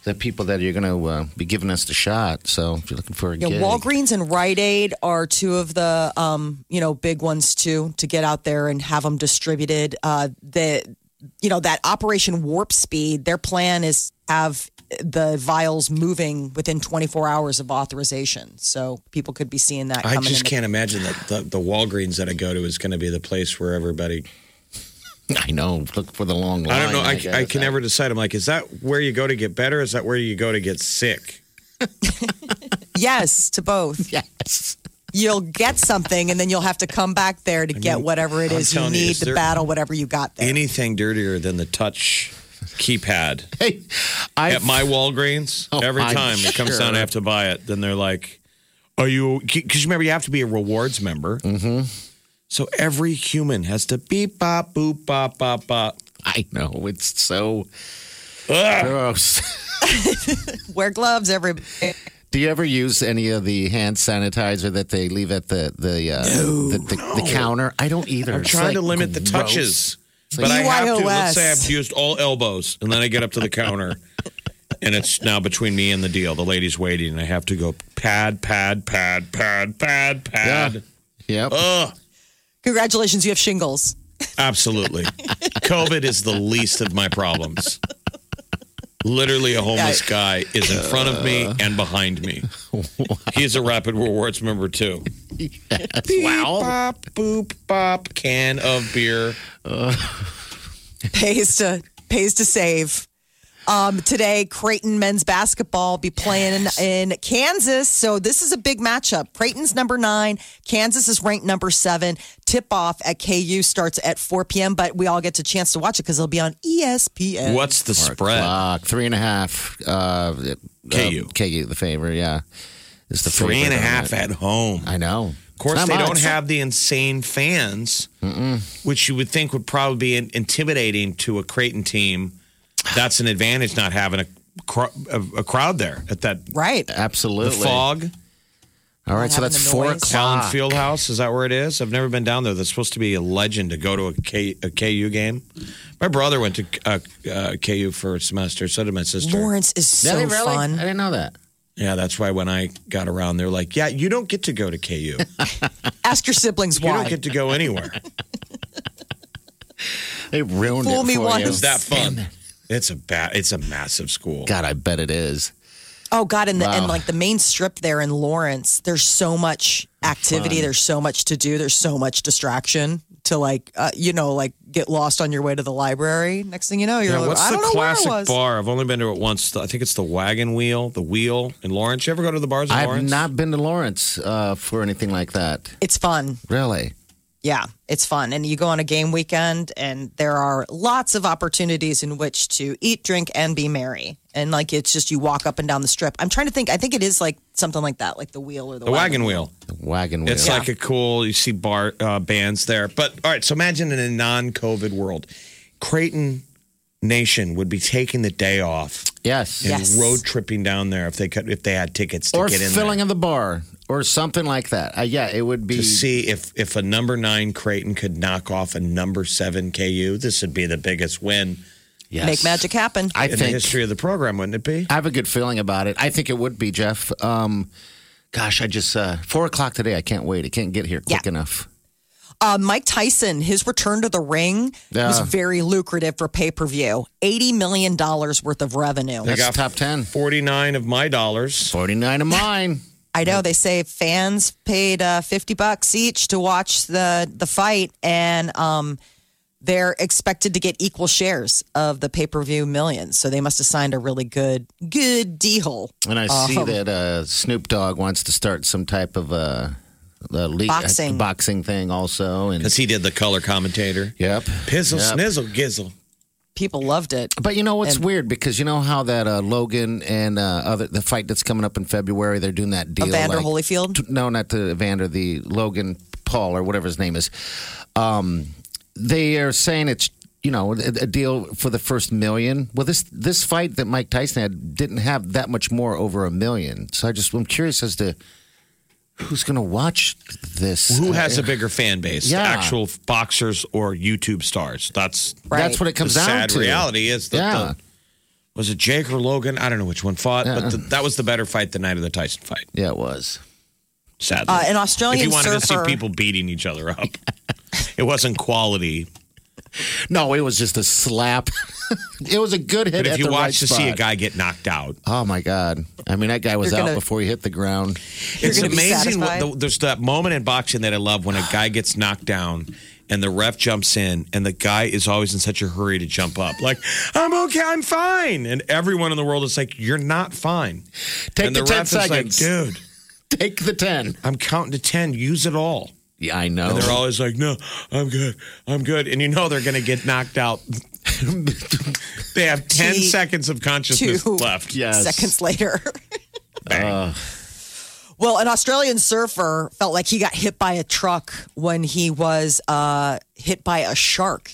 Speaker 3: the people that are going to uh, be giving us the shot. So if you're looking for a
Speaker 5: Yeah,
Speaker 3: gig,
Speaker 5: Walgreens and Rite Aid are two of the um, you know big ones too to get out there and have them distributed. Uh, the you know that Operation Warp Speed, their plan is have the vials moving within 24 hours of authorization. So people could be seeing that.
Speaker 4: I
Speaker 5: coming
Speaker 4: just
Speaker 5: in the-
Speaker 4: can't imagine that the, the Walgreens that I go to is going to be the place where everybody.
Speaker 3: I know. Look for the long line.
Speaker 4: I don't know. I,
Speaker 3: guess.
Speaker 4: I, can never decide. I'm like, is that where you go to get better? Is that where you go to get sick?
Speaker 5: Yes, to both.
Speaker 3: Yes.
Speaker 5: You'll get something, and then you'll have to come back there to get whatever it
Speaker 4: I'm
Speaker 5: is you
Speaker 4: telling you,
Speaker 5: need
Speaker 4: is
Speaker 5: to
Speaker 4: there
Speaker 5: battle whatever you got there.
Speaker 4: Anything dirtier than the touch keypad
Speaker 3: Hey, I
Speaker 4: at my Walgreens?
Speaker 3: Oh,
Speaker 4: Every
Speaker 3: I'm
Speaker 4: time it comes down, I have to buy it. Then they're like, are you. Because remember, you have to be a rewards member. Mm hmm.
Speaker 3: Mm-hmm.
Speaker 4: So every human has to beep, bop, boop, bop, bop, bop.
Speaker 3: I know it's so gross.
Speaker 5: Wear gloves, everybody.
Speaker 3: Do you ever use any of the hand sanitizer that they leave at the the uh, the, the, the counter? I don't either.
Speaker 4: I'm
Speaker 3: It's
Speaker 4: trying
Speaker 3: like
Speaker 4: to limit the
Speaker 3: gross.
Speaker 4: touches.
Speaker 3: It's
Speaker 4: But
Speaker 3: like-
Speaker 4: I have to. Let's
Speaker 5: BYOS.
Speaker 4: say I've used all elbows, and then I get up to the counter, and it's now between me and the deal. The lady's waiting, and I have to go pad, pad, pad, pad, pad, pad.
Speaker 3: yep.
Speaker 4: Ugh,
Speaker 5: Congratulations, you have shingles.
Speaker 4: absolutely. COVID is the least of my problems. Literally, a homeless guy is in front of
Speaker 3: Uh.
Speaker 4: me and behind me. He's a Rapid Rewards member too.
Speaker 3: wow.
Speaker 4: Bop, boop, bop. Can of beer.
Speaker 5: pays to pays to save. Um, today, Creighton men's basketball be playing in Kansas. So this is a big matchup. Creighton's number nine. Kansas is ranked number seven. Tip off at KU starts at 4 p.m. But we all get a chance to watch it because it'll be on E ESPN.
Speaker 4: What's the spread?
Speaker 3: Clock, three and a half. Uh,
Speaker 4: KU.
Speaker 3: uh, KU, the favor. Yeah, is the
Speaker 4: Three and
Speaker 3: favorite
Speaker 4: a
Speaker 3: on
Speaker 4: half
Speaker 3: it.
Speaker 4: at home.
Speaker 3: I know.
Speaker 4: Of course, they don't have the insane fans, which you would think would probably be in- intimidating to a Creighton team. That's an advantage not having a, cro- a, a crowd there at that
Speaker 5: Right.
Speaker 4: the
Speaker 3: Absolutely.
Speaker 4: fog.
Speaker 3: All right,
Speaker 5: Having
Speaker 3: so that's
Speaker 5: the
Speaker 3: four
Speaker 5: noise.
Speaker 3: o'clock.
Speaker 4: Allen Fieldhouse is that where it is? I've never been down there. That's supposed to be a legend to go to a, K, a KU game. My brother went to uh, uh, KU for a semester. So did my sister.
Speaker 5: Lawrence is
Speaker 3: Did
Speaker 5: so
Speaker 3: they really? Uh, I
Speaker 5: fun.
Speaker 3: didn't know that.
Speaker 4: Yeah, that's why when I got around, they're like, "Yeah, you don't get to go to KU. You
Speaker 5: Ask your siblings why.
Speaker 4: don't get to go anywhere."
Speaker 3: They ruined
Speaker 5: Fool
Speaker 3: it
Speaker 5: me
Speaker 3: for you.
Speaker 5: once.
Speaker 4: It's that fun. It's a bad. It's a massive school.
Speaker 3: God, I bet it is.
Speaker 5: Oh God! And the and
Speaker 3: Wow.
Speaker 5: like the main strip there in Lawrence, there's so much activity. There's so much to do. There's so much distraction to like, uh, you know, like get lost on your way to the library. Next thing you know, you're
Speaker 4: Yeah,
Speaker 5: like,
Speaker 4: what's
Speaker 5: I
Speaker 4: the
Speaker 5: don't know
Speaker 4: classic
Speaker 5: where I was.
Speaker 4: bar? I've only been to it once. I think it's the Wagon Wheel, the Wheel in Lawrence. You ever go to the bars in
Speaker 3: I've
Speaker 4: Lawrence?
Speaker 3: not been to Lawrence uh, for anything like that.
Speaker 5: It's fun.
Speaker 3: Really?
Speaker 5: Yeah, it's fun. And you go on a game weekend, and there are lots of opportunities in which to eat, drink, and be merry. And like, it's just you walk up and down the strip. I'm trying to think. I think it is like something like that, like the wheel or the,
Speaker 4: The Wagon Wheel.
Speaker 3: The wagon wheel.
Speaker 4: It's like a cool. You see bar uh, bands there. But all right, so imagine in a non-COVID world, Creighton Nation would be taking the day off
Speaker 3: yes.
Speaker 4: and
Speaker 5: Yes.
Speaker 4: road tripping down there if they could, if they had tickets to
Speaker 3: Or
Speaker 4: get in
Speaker 3: filling
Speaker 4: there.
Speaker 3: of the bar or something like that. Uh, yeah, it would be.
Speaker 4: to see if if a number nine Creighton could knock off a number seven KU, this would be the biggest win.
Speaker 3: yes.
Speaker 5: Make magic happen.
Speaker 3: I
Speaker 4: in the
Speaker 3: think.
Speaker 4: history of the program, wouldn't it be?
Speaker 3: I have a good feeling about it. I think it would be, Jeff. Um, gosh, I just. Uh, four o'clock today. I can't wait. I can't get here quick
Speaker 5: Yeah.
Speaker 3: enough.
Speaker 5: Uh, Mike Tyson, his return to the ring was
Speaker 3: Yeah.
Speaker 5: very lucrative for pay per view. $80 million worth of revenue.
Speaker 3: That's
Speaker 4: got
Speaker 3: the top 10.
Speaker 4: 49 of my dollars.
Speaker 3: 49 of mine.
Speaker 5: I know they say fans paid uh, 50 bucks each to watch the, the fight, and um, they're expected to get equal shares of the pay per view millions. So they must have signed a really good, good deal.
Speaker 3: And I
Speaker 5: Uh-huh.
Speaker 3: see that uh, Snoop Dogg wants to start some type of uh, the le-
Speaker 5: Boxing.
Speaker 3: boxing thing also. And
Speaker 4: Because he did the color commentator.
Speaker 3: yep,
Speaker 4: Pizzle,
Speaker 3: Yep.
Speaker 4: snizzle, gizzle.
Speaker 5: People loved it.
Speaker 3: But you know what's
Speaker 5: And-
Speaker 3: weird because you know how that uh, Logan and uh, other the fight that's coming up in February they're doing that deal.
Speaker 5: Evander
Speaker 3: like-
Speaker 5: Holyfield?
Speaker 3: t- no, not the Evander, the Logan Paul or whatever his name is. Um, they are saying it's you know a, a deal for the first million. Well, this this fight that Mike Tyson had didn't have that much more over a million. So I just I'm curious as to who's going to watch this. Uh,
Speaker 4: Who has a bigger fan base?
Speaker 3: Yeah.
Speaker 4: Actual boxers or YouTube stars? That's
Speaker 3: That's
Speaker 5: Right.
Speaker 3: what it comes
Speaker 4: the
Speaker 3: down
Speaker 4: sad
Speaker 3: to.
Speaker 4: reality is that
Speaker 3: Yeah.
Speaker 4: the, was it Jake or Logan? I don't know which one fought, but the, that was the better fight the night of the Tyson fight,
Speaker 3: Yeah, it was.
Speaker 4: sadly.
Speaker 5: Uh, an
Speaker 4: if
Speaker 5: Australian
Speaker 4: you wanted to see
Speaker 5: surfer.
Speaker 4: people beating each other up, it wasn't quality.
Speaker 3: No, it was just a slap. it was a good hit.
Speaker 4: But if
Speaker 3: at
Speaker 4: you
Speaker 3: the
Speaker 4: watch
Speaker 3: right
Speaker 4: to see a
Speaker 3: spot.
Speaker 4: guy get knocked out,
Speaker 3: Oh my God! I mean, that guy was
Speaker 5: You're
Speaker 3: out
Speaker 5: gonna-
Speaker 3: before he hit the ground.
Speaker 4: it's
Speaker 5: gonna be
Speaker 4: amazing. What,
Speaker 5: satisfied.
Speaker 4: the, there's that moment in boxing that I love when a guy gets knocked down and the ref jumps in, and the guy is always in such a hurry to jump up. Like, I'm okay, I'm fine. And everyone in the world is like, You're not fine.
Speaker 3: Take
Speaker 4: and
Speaker 3: the,
Speaker 4: the
Speaker 3: ten
Speaker 4: ref
Speaker 3: seconds.
Speaker 4: is like, Dude,
Speaker 3: Take the ten.
Speaker 4: I'm counting to 10, use it all.
Speaker 3: Yeah, I know.
Speaker 4: And they're always like, No, I'm good, I'm good. And you know they're going to get knocked out. They have 10
Speaker 5: T-
Speaker 4: seconds of consciousness
Speaker 5: two.
Speaker 4: left.
Speaker 3: yes.
Speaker 5: seconds later.
Speaker 4: Bang.
Speaker 5: Well, an Australian surfer felt like he got hit by a truck when he was uh, hit by a shark.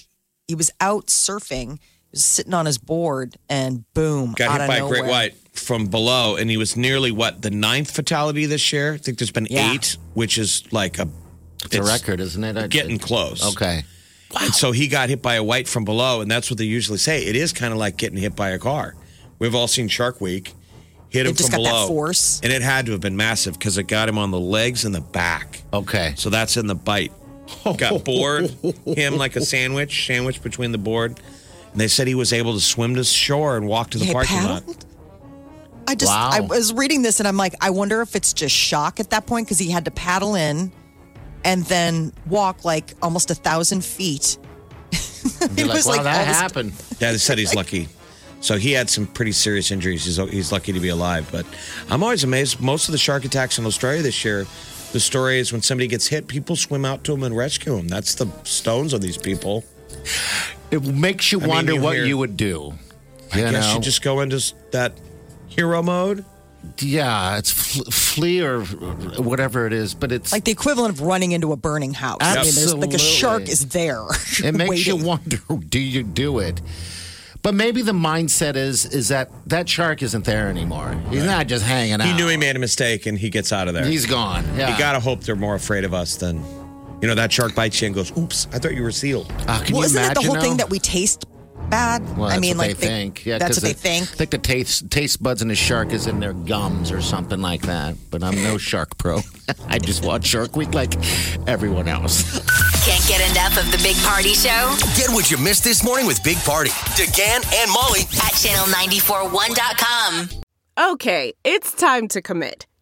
Speaker 5: He was out surfing, he was sitting on his board, and boom,
Speaker 4: got
Speaker 5: out
Speaker 4: hit
Speaker 5: of
Speaker 4: by a
Speaker 5: nowhere.
Speaker 4: great white from below, and he was nearly what the ninth fatality this year. I think there's been
Speaker 5: Yeah.
Speaker 4: eight, which is like a
Speaker 3: It's, a record, isn't it? I-
Speaker 4: getting close.
Speaker 3: Okay.
Speaker 4: and so he got hit by a white from below, and that's what they usually say. It is kind of like getting hit by a car. We've all seen Shark Week. Hit him
Speaker 5: It just
Speaker 4: from
Speaker 5: got
Speaker 4: below,
Speaker 5: that force.
Speaker 4: and it had to have been massive because it got him on the legs and the back.
Speaker 3: Okay.
Speaker 4: So that's in the bite. Got bored, him like a sandwich, sandwich between the board. And they said he was able to swim to shore and walk to the
Speaker 5: They
Speaker 4: parking lot.
Speaker 5: paddled? I just
Speaker 3: Wow.
Speaker 5: I was reading this and I'm like, I wonder if it's just shock at that point because he had to paddle in and then walk like almost a thousand feet.
Speaker 3: You're like,
Speaker 5: was
Speaker 3: wow,
Speaker 5: like
Speaker 3: that
Speaker 5: all this-
Speaker 3: happened.
Speaker 4: Yeah, they said he's lucky. So he had some pretty serious injuries. He's, he's lucky to be alive. But I'm always amazed. Most of the shark attacks in Australia this year, the story is when somebody gets hit, people swim out to him and rescue him. That's the stones on these people.
Speaker 3: It makes you
Speaker 4: mean,
Speaker 3: wonder
Speaker 4: you
Speaker 3: what
Speaker 4: hear-
Speaker 3: you would do.
Speaker 4: I
Speaker 3: You
Speaker 4: guess
Speaker 3: know?
Speaker 4: you just go into s- that hero mode.
Speaker 3: yeah, it's fl- flee or whatever it is, but it's
Speaker 5: Like the equivalent of running into a burning house. I mean, there's like a shark
Speaker 3: Absolutely.
Speaker 5: is there.
Speaker 3: it makes you
Speaker 5: waiting.
Speaker 3: wonder do you do it but maybe the mindset is is that that shark isn't there anymore he's not just hanging out
Speaker 4: He knew he made a mistake and he gets out of there.
Speaker 3: he's gone yeah
Speaker 4: You gotta hope they're more afraid of us than, you know, that shark bites you and goes, oops, I thought you were sealed.
Speaker 3: Ah, can
Speaker 5: well,
Speaker 3: you
Speaker 5: isn't that the
Speaker 3: imagine,
Speaker 5: whole thing
Speaker 3: though?
Speaker 5: that we taste bad?
Speaker 3: well,
Speaker 5: I
Speaker 3: that's
Speaker 5: mean,
Speaker 3: what
Speaker 5: like
Speaker 3: they think yeah
Speaker 5: that's
Speaker 3: 'cause
Speaker 5: what they
Speaker 3: the-
Speaker 5: think.
Speaker 3: I think the taste taste buds in a shark is in their gums or something like that but i'm no shark pro i just watch shark week like everyone else
Speaker 2: Can't get enough of the Big Party Show
Speaker 6: Get what you missed this morning with Big Party. DeGan and Molly.
Speaker 2: at channel941.com.
Speaker 10: Okay, it's time to commit.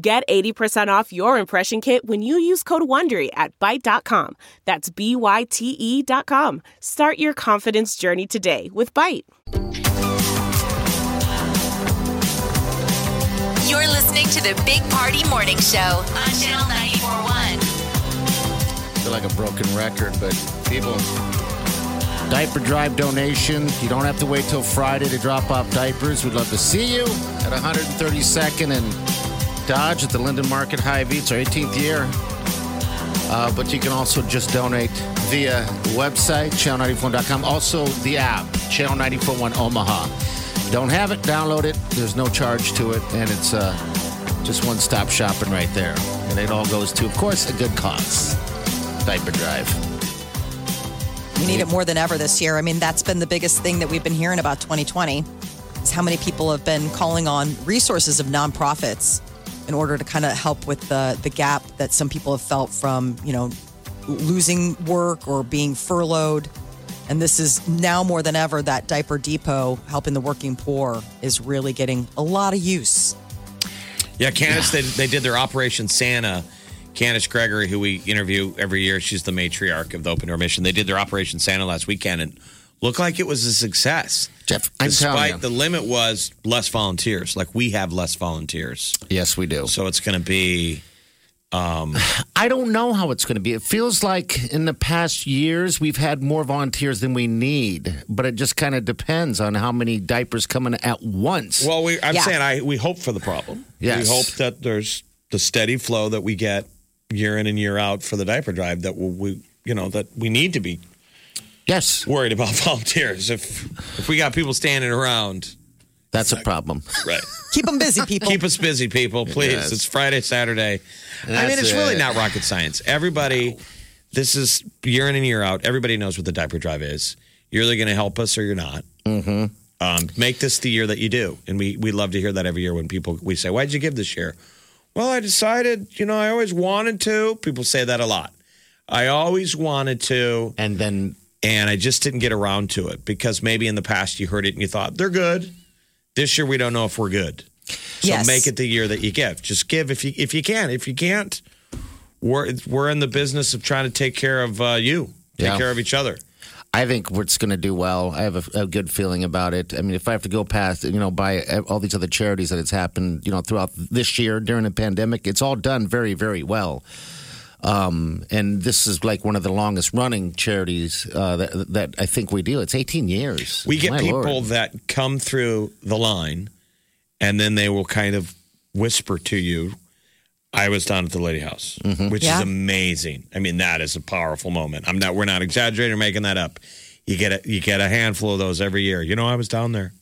Speaker 10: Get 80% off your impression kit when you use code WONDERY at Byte.com. That's B-Y-T-E E dot com. Start your confidence journey today with Byte.
Speaker 2: You're listening to the Big Party Morning Show on Channel 941.
Speaker 3: I feel like a broken record, but people. Diaper drive donation. You don't have to wait till Friday to drop off diapers. We'd love to see you at 132nd and Dodge at the Linden Market Hy-Vee. It's our 18th year. Uh, but you can also just donate via website, channel94.com. Also, the app, Channel 941 Omaha. Don't have it, download it. There's no charge to it. And it's uh, just one stop shopping right there. And it all goes to, of course, a good cause. Diaper drive.
Speaker 5: We need it more than ever this year. I mean, that's been the biggest thing that we've been hearing about 2020 is how many people have been calling on resources of nonprofits in order to kind of help with the the gap that some people have felt from, you know, losing work or being furloughed. And this is now more than ever that diaper depot helping the working poor is really getting a lot of use.
Speaker 4: Yeah, Candace, They, they did their Operation Santa. Candace Gregory, who we interview every year, she's the matriarch of the Open Door Mission. They did their Operation Santa last weekend and looked like it was a success.
Speaker 3: Jeff, I'm telling you.
Speaker 4: Despite the limit was less volunteers. Like we have less volunteers.
Speaker 3: yes, we do.
Speaker 4: So it's going to be
Speaker 3: I don't know how it's going to be. It feels like in the past years we've had more volunteers than we need, but it just kind of depends on how many diapers come in at once.
Speaker 4: Well, we, I'm
Speaker 5: Yeah.
Speaker 4: saying I we hope for the problem.
Speaker 3: Yes.
Speaker 4: We hope that there's the steady flow that we get year in and year out for the diaper drive that we, we you know that we need to be
Speaker 3: Yes.
Speaker 4: Worried about volunteers. If if we got people standing around,
Speaker 3: that's a problem.
Speaker 4: Right.
Speaker 5: Keep them busy, people.
Speaker 4: Keep us busy, people, please.
Speaker 3: Yes.
Speaker 4: It's Friday, Saturday. I mean,
Speaker 3: That's
Speaker 4: it's really
Speaker 3: it.
Speaker 4: not rocket science. Everybody, this is year in and year out. Everybody knows what the diaper drive is. You're either going to help us or you're not.
Speaker 3: Mm-hmm.
Speaker 4: Um, make this the year that you do, and we we love to hear that every year when people we say, "Why'd you give this year?" Well, I decided. You know, I always wanted to. People say that a lot. I always wanted to,
Speaker 3: and then
Speaker 4: and I just didn't get around to it because maybe in the past you heard it and you thought they're good. This year we don't know if we're good. So
Speaker 5: Yes.
Speaker 4: make it the year that you give. Just give if you if you can. If you can't, we're we're in the business of trying to take care of uh, you, take
Speaker 3: Yeah.
Speaker 4: care of each other.
Speaker 3: I think it's going to do well. I have a, a good feeling about it. I mean, if I have to go past, you know, by all these other charities that it's happened, you know, throughout this year during the pandemic, it's all done very, very well. Um, and this is like one of the longest running charities uh, that, that I think we do. It's 18 years.
Speaker 4: We get
Speaker 3: My
Speaker 4: people
Speaker 3: Lord.
Speaker 4: that come through the line and then they will kind of whisper to you, I was down at the Lady House,
Speaker 3: Mm-hmm.
Speaker 4: which
Speaker 5: Yeah.
Speaker 4: is amazing. I mean, that is a powerful moment. I'm not we're not exaggerating or making that up. You get a you get a handful of those every year. You know, I was down there.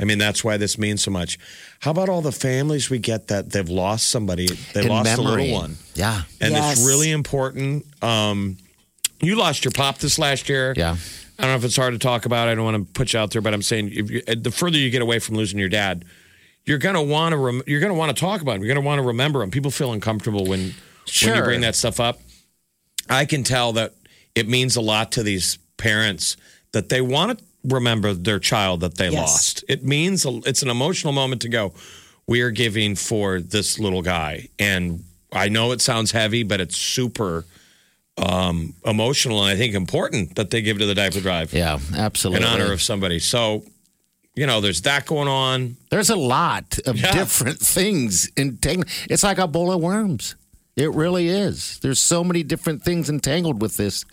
Speaker 4: I mean, that's why this means so much. How about all the families we get that they've lost somebody? They
Speaker 3: In
Speaker 4: lost a
Speaker 3: memory.
Speaker 4: little one.
Speaker 3: Yeah.
Speaker 4: And
Speaker 5: Yes.
Speaker 4: it's really important. Um, you lost your pop this last year.
Speaker 3: Yeah.
Speaker 4: I don't know if it's hard to talk about. I don't want to put you out there, but I'm saying if you, the further you get away from losing your dad, you're gonna want to rem- you're gonna want to talk about him. You're gonna want to remember him. People feel uncomfortable when when you
Speaker 3: Sure.
Speaker 4: bring that stuff up. I can tell that it means a lot to these parents that they want to remember their child that they
Speaker 5: Yes.
Speaker 4: lost. It means a, it's an emotional moment to go. We are giving for this little guy, and I know it sounds heavy, but it's super um, emotional and I think important that they give to the diaper drive
Speaker 3: Yeah, absolutely.
Speaker 4: in honor of somebody. So, you know, there's that going on.
Speaker 3: There's a lot of
Speaker 4: Yeah.
Speaker 3: different things entangled. It's like a bowl of worms. It really is. There's so many different things entangled with this.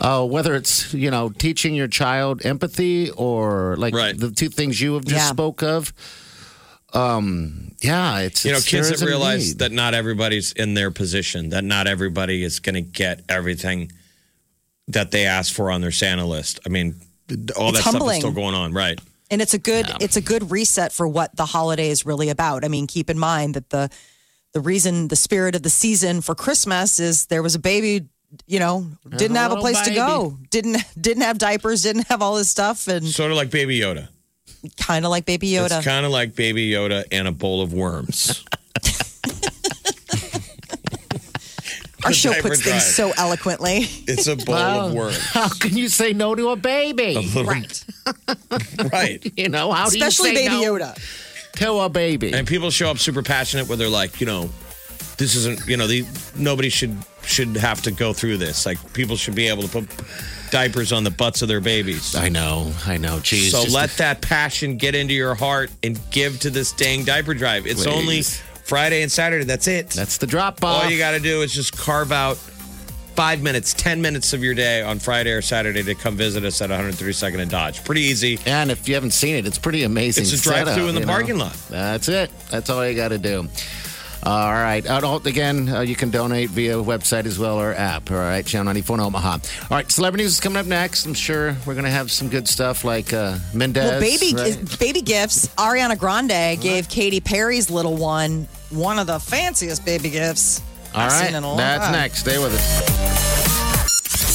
Speaker 3: Uh, whether it's you know teaching your child empathy or like
Speaker 4: Right.
Speaker 3: the two things you have just
Speaker 5: Yeah.
Speaker 3: spoke of. Um, yeah, it's
Speaker 4: You know,
Speaker 3: it's-
Speaker 4: kids
Speaker 3: there is
Speaker 4: that
Speaker 3: a
Speaker 4: realize
Speaker 3: need.
Speaker 4: that not everybody's in their position, that not everybody is going to get everything that they ask for on their Santa list. I mean, all
Speaker 5: It's
Speaker 4: that
Speaker 5: humbling.
Speaker 4: stuff is still going on, right?
Speaker 5: and it's a good it's a good reset for what the holiday is really about i mean keep in mind that the the reason the spirit of the season for christmas is there was a baby you know didn't
Speaker 3: a
Speaker 5: have a
Speaker 3: little
Speaker 5: place to
Speaker 3: baby.
Speaker 5: go didn't didn't have diapers didn't have all this stuff and
Speaker 4: Sort of like Baby Yoda.
Speaker 5: kind of like baby yoda
Speaker 4: It's kind of like Baby Yoda and a bowl of worms.
Speaker 5: our show
Speaker 4: diaper
Speaker 5: puts things so
Speaker 4: drive.
Speaker 5: eloquently
Speaker 4: It's a bowl of worms.
Speaker 3: how can you say no to a baby?
Speaker 5: right
Speaker 4: Right.
Speaker 3: You know, how Oh, do you
Speaker 5: especially
Speaker 3: say
Speaker 5: baby
Speaker 3: no
Speaker 5: yoda
Speaker 3: to a baby?
Speaker 4: and people show up super passionate where they're like you know this isn't you know the nobody should should have to go through this like people should be able to put diapers on the butts of their babies
Speaker 3: I know, I know. Jeez,
Speaker 4: so
Speaker 3: just-
Speaker 4: let that passion get into your heart and give to this dang diaper drive it's only
Speaker 3: Please.
Speaker 4: friday and saturday that's it
Speaker 3: that's the drop off.
Speaker 4: all you got to do is just carve out five minutes ten minutes of your day on friday or saturday to come visit us at 132nd and dodge pretty easy
Speaker 3: And if you haven't seen it, it's pretty amazing.
Speaker 4: It's a drive-through
Speaker 3: setup,
Speaker 4: in the
Speaker 3: you
Speaker 4: parking lot.
Speaker 3: That's it. That's all you got to do. All right. Uh, don't- again, uh, you can donate via website as well or app. All right. Channel 94 in Omaha. All right. Celebrity news is coming up next. I'm sure we're going to have some good stuff like uh, Mendez.
Speaker 5: Well, baby,
Speaker 3: right?
Speaker 5: baby gifts. Ariana Grande gave Katy Perry's little one one of the fanciest baby gifts
Speaker 3: All
Speaker 5: I've
Speaker 3: right.
Speaker 5: seen in a long
Speaker 3: That's
Speaker 5: time.
Speaker 3: next. Stay with us.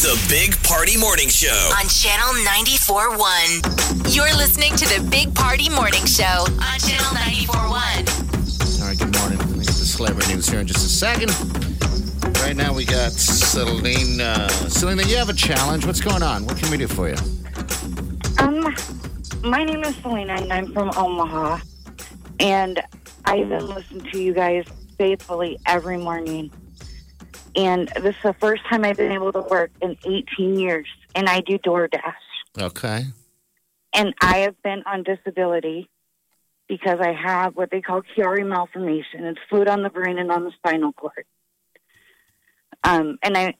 Speaker 6: The Big Party Morning Show.
Speaker 2: on Channel 94.1. You're listening to the Big Party Morning Show on Channel 94.1.
Speaker 3: All right, good morning. We'll get to celebrity news here in just a second. Right now we got Selena. Selena, you have a challenge. What's going on? What can we do for you?
Speaker 11: Um, my name is Selena, and I'm from Omaha. And I've been listening to you guys faithfully every morning. And this is the first time I've been able to work in 18 years, and I do DoorDash.
Speaker 3: Okay.
Speaker 11: And I have been on disability because I have what they call Chiari malformation. It's food on the brain and on the spinal cord. Um, and I,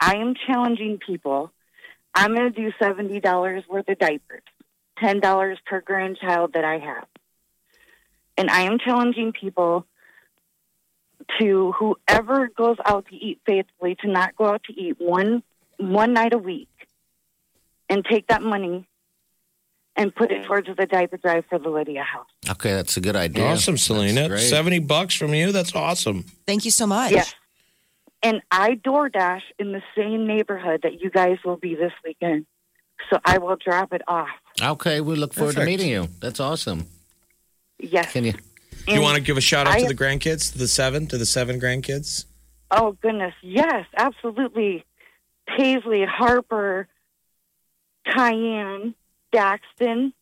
Speaker 11: I am challenging people. I'm going to do seventy dollars worth of diapers, ten dollars per grandchild that I have, and I am challenging people to whoever goes out to eat faithfully to not go out to eat one one night a week and take that money and put
Speaker 3: Mm.
Speaker 11: it towards the diaper drive for the Lydia house.
Speaker 3: Okay, that's a good idea.
Speaker 4: Awesome, Selena.
Speaker 3: great.
Speaker 4: 70 bucks from you. That's awesome.
Speaker 5: Thank you so much.
Speaker 11: Yes. And I DoorDash in the same neighborhood that you guys will be this weekend. So I will drop it off.
Speaker 3: Okay, we look forward to
Speaker 4: Perfect.
Speaker 3: meeting you. That's awesome.
Speaker 11: Yes.
Speaker 3: Can you?
Speaker 4: You want to give a shout out
Speaker 11: I-
Speaker 4: to the grandkids, to the seven, to the seven grandkids?
Speaker 11: Oh, goodness. Yes, absolutely. Paisley, Harper, Cayenne, Daxton,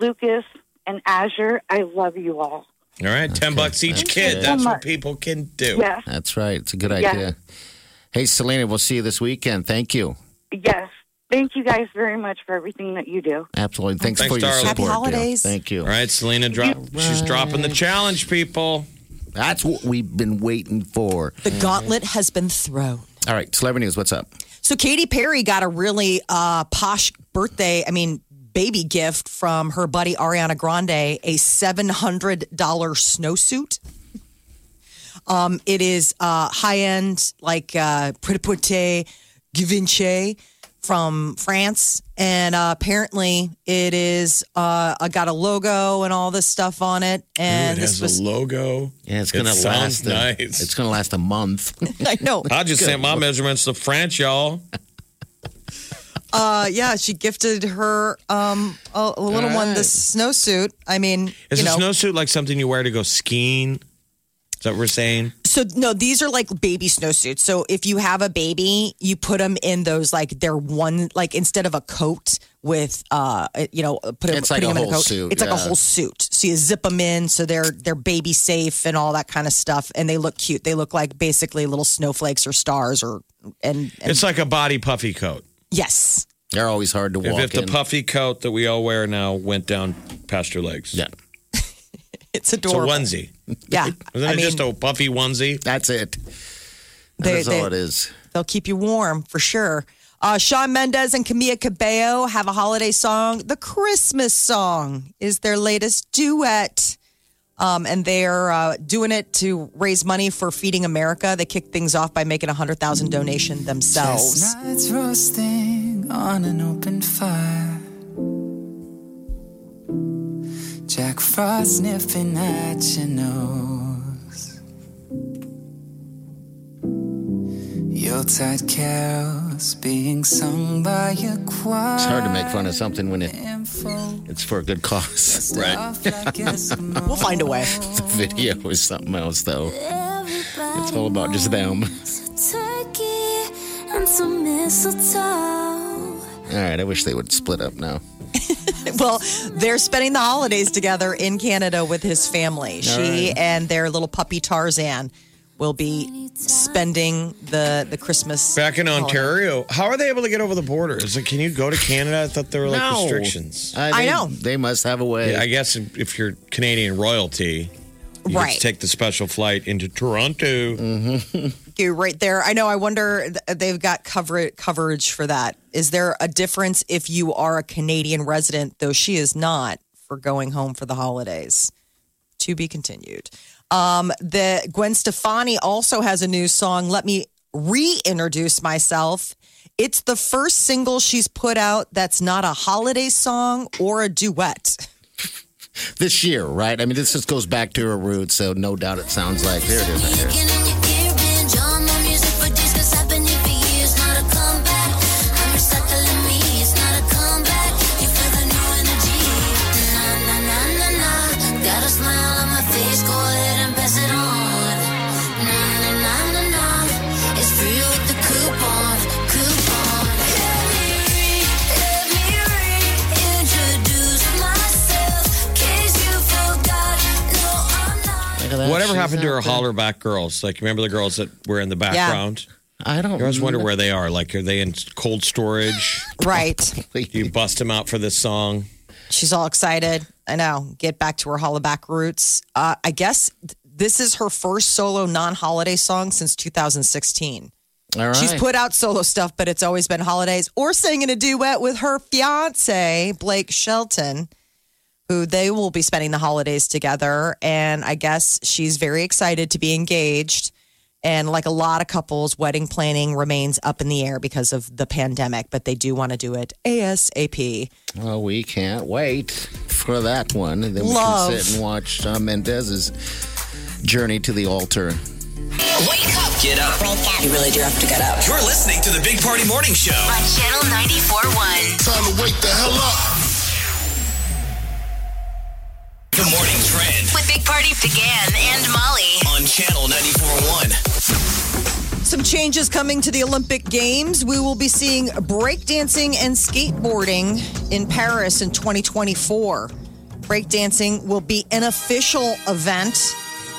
Speaker 11: Lucas, and Azure. I love you all.
Speaker 4: All right, 10 bucks each
Speaker 11: Thank
Speaker 4: kid.
Speaker 11: you so
Speaker 4: That's what
Speaker 11: much.
Speaker 4: people can do.
Speaker 11: Yes.
Speaker 3: That's right. It's a good
Speaker 11: Yeah.
Speaker 3: idea. Hey, Selena, we'll see you this weekend. Thank you.
Speaker 11: Yes. Thank you guys very much for everything that you do.
Speaker 3: Absolutely. Thanks,
Speaker 4: Thanks,
Speaker 3: for your
Speaker 4: darling.
Speaker 3: support.
Speaker 4: Happy
Speaker 3: dear.
Speaker 11: holidays.
Speaker 3: Thank you.
Speaker 4: All right, Selena, drop, she's dropping the challenge, people.
Speaker 3: That's what we've been waiting for.
Speaker 5: The gauntlet has been thrown.
Speaker 3: All right, celebrity news. What's up?
Speaker 5: So Katy Perry got a really uh, posh birthday, I mean, baby gift from her buddy Ariana Grande, a $700 snowsuit. Um, it is uh, high end, like uh, Pret-a-Porter Givenchy from France, and uh, apparently it is uh, I got a logo and all this stuff on it. And
Speaker 4: Ooh, it
Speaker 5: this
Speaker 4: has
Speaker 5: was
Speaker 4: a logo.
Speaker 3: Yeah, it's
Speaker 4: It
Speaker 3: gonna last.
Speaker 4: sounds
Speaker 3: a-
Speaker 4: nice.
Speaker 3: It's gonna last a month.
Speaker 5: I know.
Speaker 4: I just sent my measurements to France, y'all.
Speaker 5: Uh, yeah, she gifted her um, a, a little one this snowsuit. I mean,
Speaker 4: Is
Speaker 5: you
Speaker 4: a
Speaker 5: know,
Speaker 4: snowsuit like something you wear to go skiing? Is that what we're saying?
Speaker 5: so no, these are like baby snowsuits. So if you have a baby, you put them in those like they're one like instead of a coat with uh you know put 'em-
Speaker 3: It's like
Speaker 5: putting
Speaker 3: a
Speaker 5: 'em in a
Speaker 3: whole
Speaker 5: coat.
Speaker 3: suit,
Speaker 5: it's like a
Speaker 3: yeah.
Speaker 5: whole suit. So you zip them in so they're they're baby safe and all that kind of stuff, and they look cute. They look like basically little snowflakes or stars or and, and
Speaker 4: It's like a body puffy coat.
Speaker 5: yes.
Speaker 3: They're always hard to
Speaker 4: If,
Speaker 3: walk
Speaker 4: if the
Speaker 3: in.
Speaker 4: puffy coat that we all wear now went down past your legs.
Speaker 3: yeah,
Speaker 5: It's
Speaker 4: It's a
Speaker 5: adorable.
Speaker 4: onesie.
Speaker 5: Yeah.
Speaker 4: Isn't
Speaker 5: I
Speaker 4: it
Speaker 5: mean,
Speaker 4: just a puffy onesie?
Speaker 3: that's it.
Speaker 5: they-
Speaker 3: That's
Speaker 5: they-
Speaker 3: all it is.
Speaker 5: They'll keep you warm for sure. Uh, Sean Mendez and Camila Cabello have a holiday song. The Christmas song is their latest duet. Um, and they're uh, doing it to raise money for Feeding America. They kicked things off by making a 100,000 donation themselves.
Speaker 12: Chestnuts roasting on an open fire. Jack Frost sniffing at your nose. Yuletide carols being sung by your choir.
Speaker 3: It's hard to make fun of something when it, it's for a good cause. Right.
Speaker 5: We'll find a way.
Speaker 3: It's a video or something else, though. It's all about just them.
Speaker 9: turkey and some mistletoe.
Speaker 3: All right, I wish they would split up now.
Speaker 5: well, they're spending the holidays together in Canada with his family. she and their little puppy Tarzan will be spending the, the Christmas.
Speaker 4: Back in
Speaker 5: holiday.
Speaker 4: Ontario, how are they able to get over the border? Is it, can you go to Canada? I thought there were like
Speaker 3: No.
Speaker 4: restrictions.
Speaker 5: I
Speaker 3: Uh, they-
Speaker 5: know.
Speaker 3: They must have a way.
Speaker 4: Yeah, I guess if if you're Canadian royalty, you get
Speaker 5: Right.
Speaker 4: to take the special flight into Toronto.
Speaker 3: Mm.
Speaker 5: you right there. I know. I wonder th- they've got cover coverage for that. Is there a difference if you are a Canadian resident, though she is not, for going home for the holidays? To be continued. Um, the Gwen Stefani also has a new song. Let me reintroduce myself. It's the first single she's put out that's not a holiday song or a duet.
Speaker 3: this year, right? I mean, this just goes back to her roots, so no doubt it sounds like. There it is right there.
Speaker 9: Kicking in your ear, binge on the music for days, 'cause I've been here for years, not a comeback. I'm recycling me, it's not a comeback. You feel the new energy. Na, na, na, na, na. Got a smile on my face, go ahead and pass it on. Na, na, na, na, na. It's free with the coupon, coupon. Let me re- let me reintroduce myself, case you forgot. No, I'm not.
Speaker 3: Look at that.
Speaker 4: Whatever
Speaker 3: She's
Speaker 4: happened to
Speaker 3: out
Speaker 4: her
Speaker 3: there.
Speaker 4: hollerback girls? Like, remember the girls that were in the background?
Speaker 3: I don't.
Speaker 4: You always wonder where they are. Like, are they in cold storage?
Speaker 5: Right.
Speaker 4: Do you bust them out for this song?
Speaker 5: She's all excited. I know. Get back to her hollaback roots. Uh, I guess th- this is her first solo non holiday song since 2016.
Speaker 3: All right.
Speaker 5: She's put out solo stuff, but it's always been holidays or singing a duet with her fiance, Blake Shelton, who they will be spending the holidays together. And I guess she's very excited to be engaged. And like a lot of couples, wedding planning remains up in the air because of the pandemic, but they do want to do it ASAP.
Speaker 3: Well, we can't wait for that one. And then
Speaker 5: Love.
Speaker 3: we can sit and watch Shawn Mendez's journey to the altar.
Speaker 2: Wake up.
Speaker 6: Get up.
Speaker 2: You really do have to get up.
Speaker 6: You're listening to the Big Party Morning Show.
Speaker 2: On Channel 94.1. Time to wake the hell up.
Speaker 6: The Morning Trend
Speaker 2: With Big Party began and Molly.
Speaker 6: on Channel 94.1.
Speaker 5: Some changes coming to the Olympic Games. We will be seeing breakdancing and skateboarding in Paris in 2024. Breakdancing will be an official event.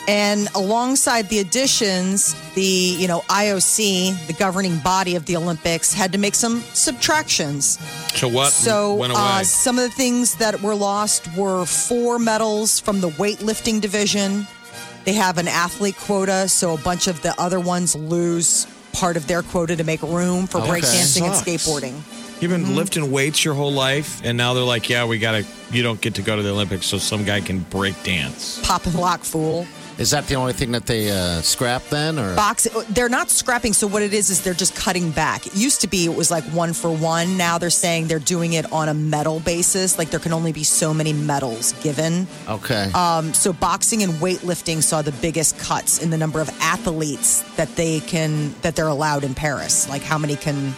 Speaker 5: And alongside the additions, the you know IOC, the governing body of the Olympics, had to make some subtractions.
Speaker 4: So what?
Speaker 5: So
Speaker 4: went away.
Speaker 5: Uh, some of the things that were lost were four medals from the weightlifting division. They have an athlete quota, so a bunch of the other ones lose part of their quota to make room for
Speaker 4: Okay.
Speaker 5: breakdancing and
Speaker 4: Sucks.
Speaker 5: skateboarding.
Speaker 4: You've been lifting weights your whole life, and now they're like, "Yeah, we gotta. You don't get to go to the Olympics, so some guy can break dance."
Speaker 5: Pop and lock fool.
Speaker 3: Is that the only thing that they uh, scrapped then? Or
Speaker 5: Box. They're not scrapping. So what it is is they're just cutting back. It used to be it was like one for one. Now they're saying they're doing it on a medal basis. Like there can only be so many medals given.
Speaker 3: Okay.
Speaker 5: Um, so boxing and weightlifting saw the biggest cuts in the number of athletes that they can that they're allowed in Paris. Like how many can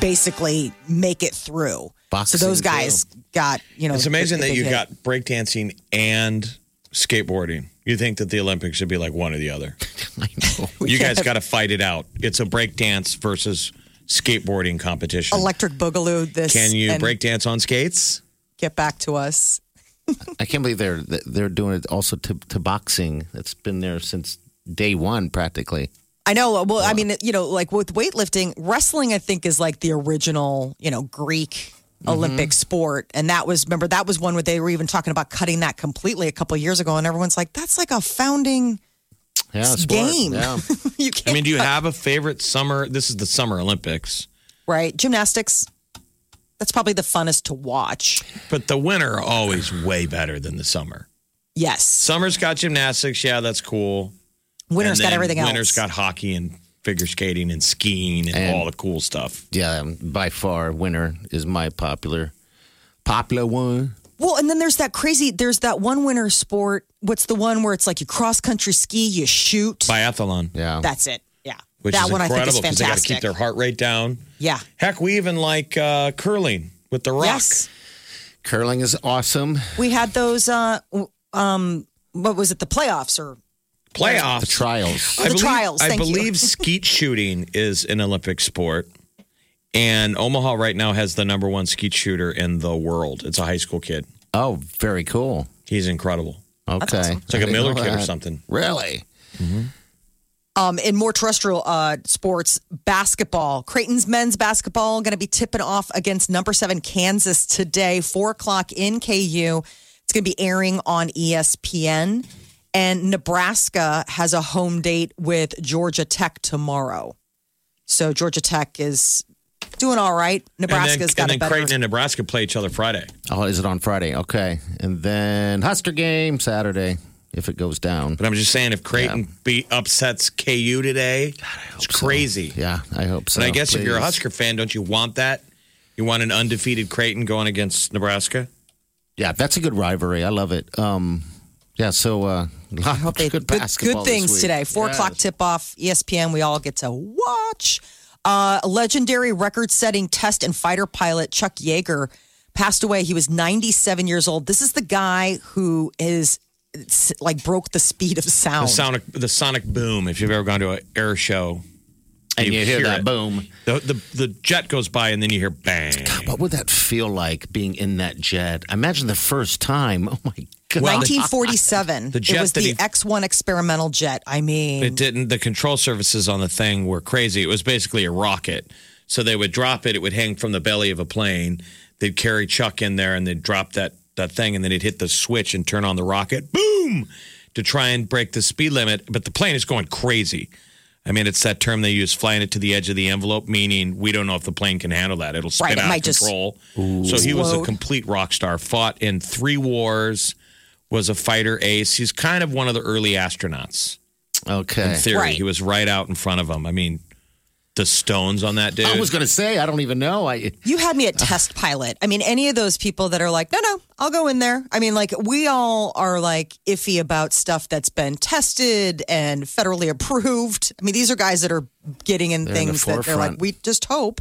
Speaker 5: basically make it through.
Speaker 4: Boxing,
Speaker 5: so those guys got you know.
Speaker 4: it's amazing
Speaker 5: the-
Speaker 4: that
Speaker 5: the
Speaker 4: you
Speaker 5: big
Speaker 4: got
Speaker 5: hit.
Speaker 4: breakdancing and skateboarding. You think that the Olympics should be like one or the other? You guys got to fight it out. It's a breakdance versus skateboarding competition.
Speaker 5: electric boogaloo. This
Speaker 4: Can you
Speaker 5: and
Speaker 4: breakdance on skates?
Speaker 5: Get back to us.
Speaker 3: I can't believe they're they're doing it also to, to boxing. That's been there since day one, practically.
Speaker 5: I know. Well, I mean, you know, like with weightlifting, wrestling, I think is like the original, you know, Greek
Speaker 4: Mm-hmm.
Speaker 5: Olympic sport, and that was remember that was one where they were even talking about cutting that completely a couple years ago, and everyone's like, that's like a founding.
Speaker 3: Yeah,
Speaker 5: It's
Speaker 4: sport,
Speaker 5: game.
Speaker 4: yeah.
Speaker 5: you
Speaker 4: I
Speaker 5: can't,
Speaker 4: mean, do you have a favorite summer? This is the Summer Olympics,
Speaker 5: right? Gymnastics. That's probably the funnest to watch.
Speaker 4: but the winter are always way better than the summer.
Speaker 5: Yes.
Speaker 4: Summer's got gymnastics. Yeah, that's cool.
Speaker 5: Winter's
Speaker 4: And
Speaker 5: got
Speaker 4: then
Speaker 5: everything
Speaker 4: Winter's
Speaker 5: else.
Speaker 4: got hockey and figure skating and skiing and,
Speaker 3: And-
Speaker 4: all the cool stuff.
Speaker 3: Yeah, um, by far, winter is my popular popular one.
Speaker 5: well, and then there's that crazy, there's that one winter sport. What's the one where it's like you cross country ski, you shoot?
Speaker 4: Biathlon.
Speaker 3: Yeah.
Speaker 5: That's it. Yeah.
Speaker 4: Which
Speaker 5: that
Speaker 4: is
Speaker 5: one I
Speaker 4: incredible
Speaker 5: think is
Speaker 4: they got to
Speaker 5: fantastic.
Speaker 4: keep their heart rate down.
Speaker 5: yeah.
Speaker 4: Heck, we even like uh, curling with the rock.
Speaker 5: Yes.
Speaker 3: Curling is awesome.
Speaker 5: We had those, uh, w- um, what was it, the playoffs or
Speaker 4: Playoffs.
Speaker 3: The trials.
Speaker 5: The trials,
Speaker 4: I
Speaker 5: thank you.
Speaker 4: believe skeet shooting is an Olympic sport. And Omaha right now has the number one skeet shooter in the world. It's a high school kid.
Speaker 3: Oh, very cool.
Speaker 4: He's incredible.
Speaker 3: Okay.
Speaker 4: It's like a
Speaker 3: I didn't
Speaker 4: Miller
Speaker 3: know
Speaker 4: kid or
Speaker 3: that.
Speaker 4: something.
Speaker 3: Really?
Speaker 5: Um, in more terrestrial uh, sports, basketball. Creighton's men's basketball going to be tipping off against number seven Kansas today, four o'clock in KU. It's going to be airing on E ESPN. And Nebraska has a home date with Georgia Tech tomorrow. So Georgia Tech is doing all right. Nebraska's got
Speaker 4: and
Speaker 5: a
Speaker 4: then, and then
Speaker 5: better.
Speaker 4: Creighton and Nebraska play each other Friday.
Speaker 3: Oh, is it on Friday? Okay. And then Husker game Saturday if it goes down.
Speaker 4: But I'm just saying, if Creighton beat upsets KU today, it's crazy.
Speaker 3: Yeah, I hope so.
Speaker 4: and I guess if you're a
Speaker 3: please.
Speaker 4: Husker fan, don't you want that? You want an undefeated Creighton going against Nebraska?
Speaker 3: Yeah, that's a good rivalry. I love it. Um, yeah, so uh, I hope
Speaker 5: They-
Speaker 3: good basketball. this
Speaker 5: things
Speaker 3: week.
Speaker 5: today. Four
Speaker 3: Yes.
Speaker 5: o'clock tip off, E ESPN. We all get to watch. Uh, legendary record setting test and fighter pilot Chuck Yeager passed away. He was 97 years old. This is the guy who is it's like broke the speed of
Speaker 4: The
Speaker 5: sound.
Speaker 4: sonic, the sonic boom. If you've ever gone to an air show,
Speaker 3: And you, hear, that
Speaker 4: it.
Speaker 3: boom.
Speaker 4: The, the the jet goes by, and then you hear bang.
Speaker 3: What would that feel like being in that jet? Imagine the first time. Oh my god!
Speaker 4: Well,
Speaker 5: 1947.
Speaker 4: The
Speaker 5: it
Speaker 4: jet
Speaker 5: was
Speaker 4: that
Speaker 5: the
Speaker 4: he-
Speaker 5: X1 experimental jet. I mean,
Speaker 4: It didn't. The control services on the thing were crazy. It was basically a rocket. So they would drop it. It would hang from the belly of a plane. They'd carry Chuck in there, and they'd drop that that thing, and then it'd hit the switch and turn on the rocket. Boom! To try and break the speed limit, but the plane is going crazy. I mean, it's that term they use, flying it to the edge of the envelope, meaning we don't know if the plane can handle that. It'll spin
Speaker 5: Right, it
Speaker 4: out
Speaker 5: might
Speaker 4: of
Speaker 5: just
Speaker 4: control. So he was a
Speaker 5: explode.
Speaker 4: complete rock star. Fought in three wars. Was a fighter ace. He's kind of one of the early astronauts.
Speaker 3: Okay.
Speaker 4: In theory,
Speaker 3: Right.
Speaker 4: he was right out in front of him. I mean, the stones on that dude.
Speaker 3: I was going to say, I don't even know. I
Speaker 5: You had me at test pilot. I mean, any of those people that are like, no, no, I'll go in there. I mean, like, we all are like iffy about stuff that's been tested and federally approved. I mean, these are guys that are getting in
Speaker 3: They're in the
Speaker 5: things that they're like,
Speaker 3: forefront.
Speaker 5: we just hope.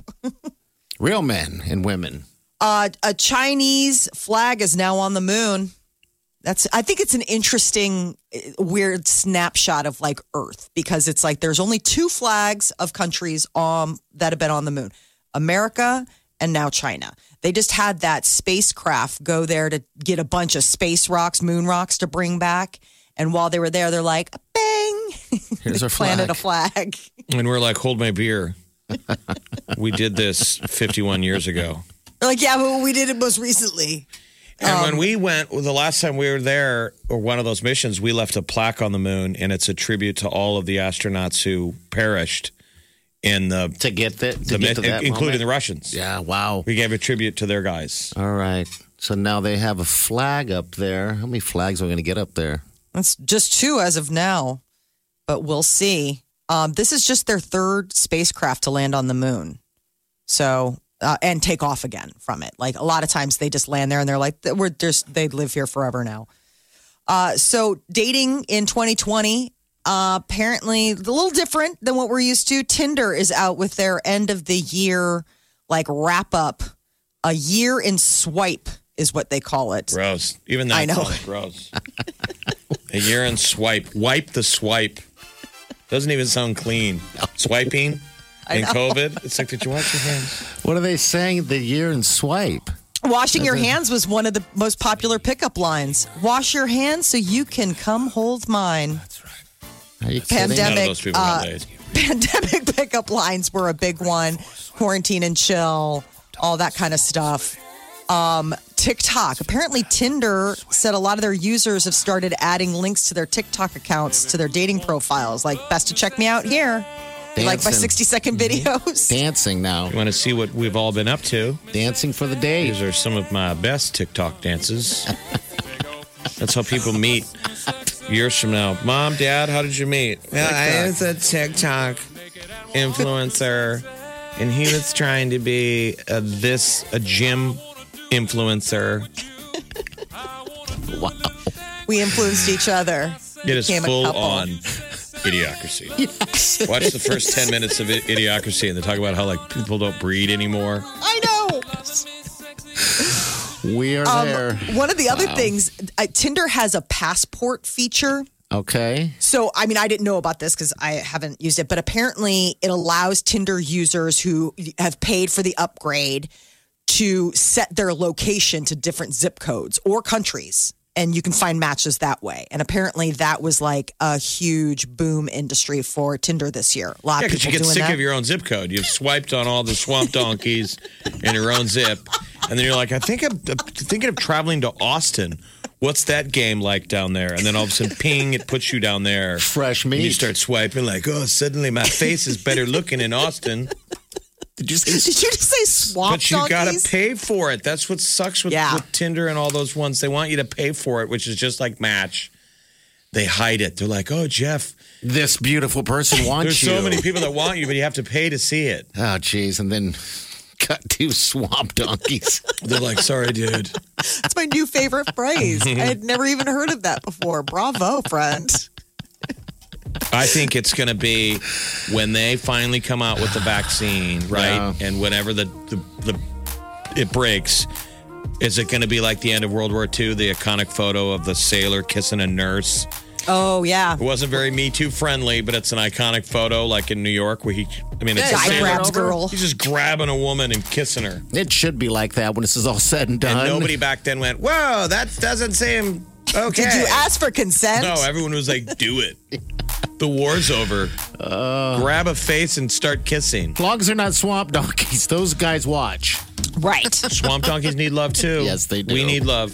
Speaker 3: real men and women.
Speaker 5: Uh, a Chinese flag is now on the moon. That's. I think it's an interesting, eh, weird snapshot of like Earth because it's like there's only two flags of countries um that have been on the moon: America and now China. They just had that spacecraft go there to get a bunch of space rocks, moon rocks to bring back. And while they were there, they're like, bang!
Speaker 4: Here's
Speaker 5: they
Speaker 4: our
Speaker 5: planted a flag.
Speaker 4: and we're like, hold my beer. we did this 51 years ago.
Speaker 5: They're like, yeah, but we did it most recently.
Speaker 4: And
Speaker 3: Um,
Speaker 4: when we went, well, the last time we were there, or one of those missions, we left a plaque on the moon, and it's a tribute to all of the astronauts who perished in the
Speaker 3: to get that, to
Speaker 4: the,
Speaker 3: get to that
Speaker 4: including
Speaker 3: moment.
Speaker 4: the Russians.
Speaker 3: Yeah, wow.
Speaker 4: We gave a tribute to their guys.
Speaker 3: All right. So now they have a flag up there. How many flags are we going to get up there?
Speaker 5: That's just two as of now, but we'll see. Um, this is just their third spacecraft to land on the moon, so uh, and take off again from it. Like a lot of times, they just land there and they're like, "We're just they live here forever now." Uh, so dating in 2020 uh, apparently a little different than what we're used to. Tinder is out with their end of the year like wrap up. A year in swipe is what they call it.
Speaker 4: Gross. Even that
Speaker 5: I know.
Speaker 4: sounds gross. a urine swipe. Wipe the swipe. Doesn't even sound clean. Swiping
Speaker 5: I
Speaker 4: in
Speaker 5: know.
Speaker 4: COVID. It's like, did you wash your hands?
Speaker 3: What are they saying? The year in swipe.
Speaker 5: Washing your hands was one of the most popular pickup lines. Wash your hands so you can come hold mine.
Speaker 3: Are you
Speaker 5: Pandemic.
Speaker 3: kidding?
Speaker 5: uh, pandemic pickup lines were a big one. Quarantine and chill, all that kind of stuff. Um, TikTok. Apparently, Tinder said a lot of their users have started adding links to their TikTok accounts to their dating profiles. Like, best to check me out here. You Like my 60
Speaker 4: Dancing.
Speaker 5: second videos.
Speaker 3: Dancing now.
Speaker 4: You want to see what we've all been up to?
Speaker 3: Dancing for the day.
Speaker 4: These are some of my best TikTok dances. That's how people meet years from now. Mom, Dad, how did you meet?
Speaker 7: Well, I was a TikTok influencer, and he was trying to be a, this a gym influencer.
Speaker 3: wow,
Speaker 5: We influenced each other.
Speaker 4: It is
Speaker 5: Became a
Speaker 4: full
Speaker 5: couple.
Speaker 4: on idiocracy. Watch the first 10 minutes of Idiocracy and they talk about how like people don't breed anymore.
Speaker 5: I know.
Speaker 3: We are there.
Speaker 5: One of the other
Speaker 3: Wow.
Speaker 5: things, uh, Tinder has a passport feature.
Speaker 3: Okay.
Speaker 5: So, I mean, I didn't know about this because I haven't used it, but apparently it allows Tinder users who have paid for the upgrade to set their location to different zip codes or countries. And you can find matches that way. And apparently that was like a huge boom industry for Tinder this year. A lot
Speaker 4: Yeah,
Speaker 5: of
Speaker 4: because
Speaker 5: people
Speaker 4: you get
Speaker 5: doing
Speaker 4: sick
Speaker 5: that.
Speaker 4: of your own zip code. You've swiped on all the swamp donkeys in your own zip, and then you're like, I think I'm, I'm thinking of traveling to Austin. What's that game like down there? And then all of a sudden, ping, it puts you down there.
Speaker 3: Fresh
Speaker 4: And you
Speaker 3: meat.
Speaker 4: start swiping, like, oh, suddenly my face is better looking in Austin.
Speaker 3: Did you say?
Speaker 5: Did you just say swamp
Speaker 4: But you got
Speaker 5: donkeys?
Speaker 4: to pay for it. That's what sucks with,
Speaker 5: Yeah.
Speaker 4: with Tinder and all those ones. They want you to pay for it, which is just like Match. They hide it. They're like, oh, Jeff,
Speaker 3: This beautiful person wants
Speaker 4: there's
Speaker 3: you.
Speaker 4: so many people that want you, but you have to pay to see it.
Speaker 3: Oh, jeez. And then got two swamp donkeys.
Speaker 4: They're like, sorry, dude.
Speaker 5: That's my new favorite phrase. I had never even heard of that before. Bravo, friend.
Speaker 4: I think it's going to be when they finally come out with the vaccine, right? And whenever the, the, the it breaks, is it going to be like the end of World War II, the iconic photo of the sailor kissing a nurse?
Speaker 5: Oh, yeah.
Speaker 4: It wasn't very Me Too friendly, but it's an iconic photo, like in New York, where he, I mean, it's a
Speaker 5: Guy
Speaker 4: sailor.
Speaker 5: grabs girl.
Speaker 4: He's just grabbing a woman and kissing her.
Speaker 3: It should be like that when this is all said and done.
Speaker 4: And nobody back then went, whoa, that doesn't seem okay.
Speaker 5: Did you ask for consent?
Speaker 4: No, everyone was like, do it. The war's over.
Speaker 3: Uh.
Speaker 4: Grab a face and start kissing.
Speaker 3: As long as they're not swamp donkeys, those guys watch.
Speaker 5: right.
Speaker 4: Swamp donkeys need love too.
Speaker 3: Yes, they do.
Speaker 4: We need love.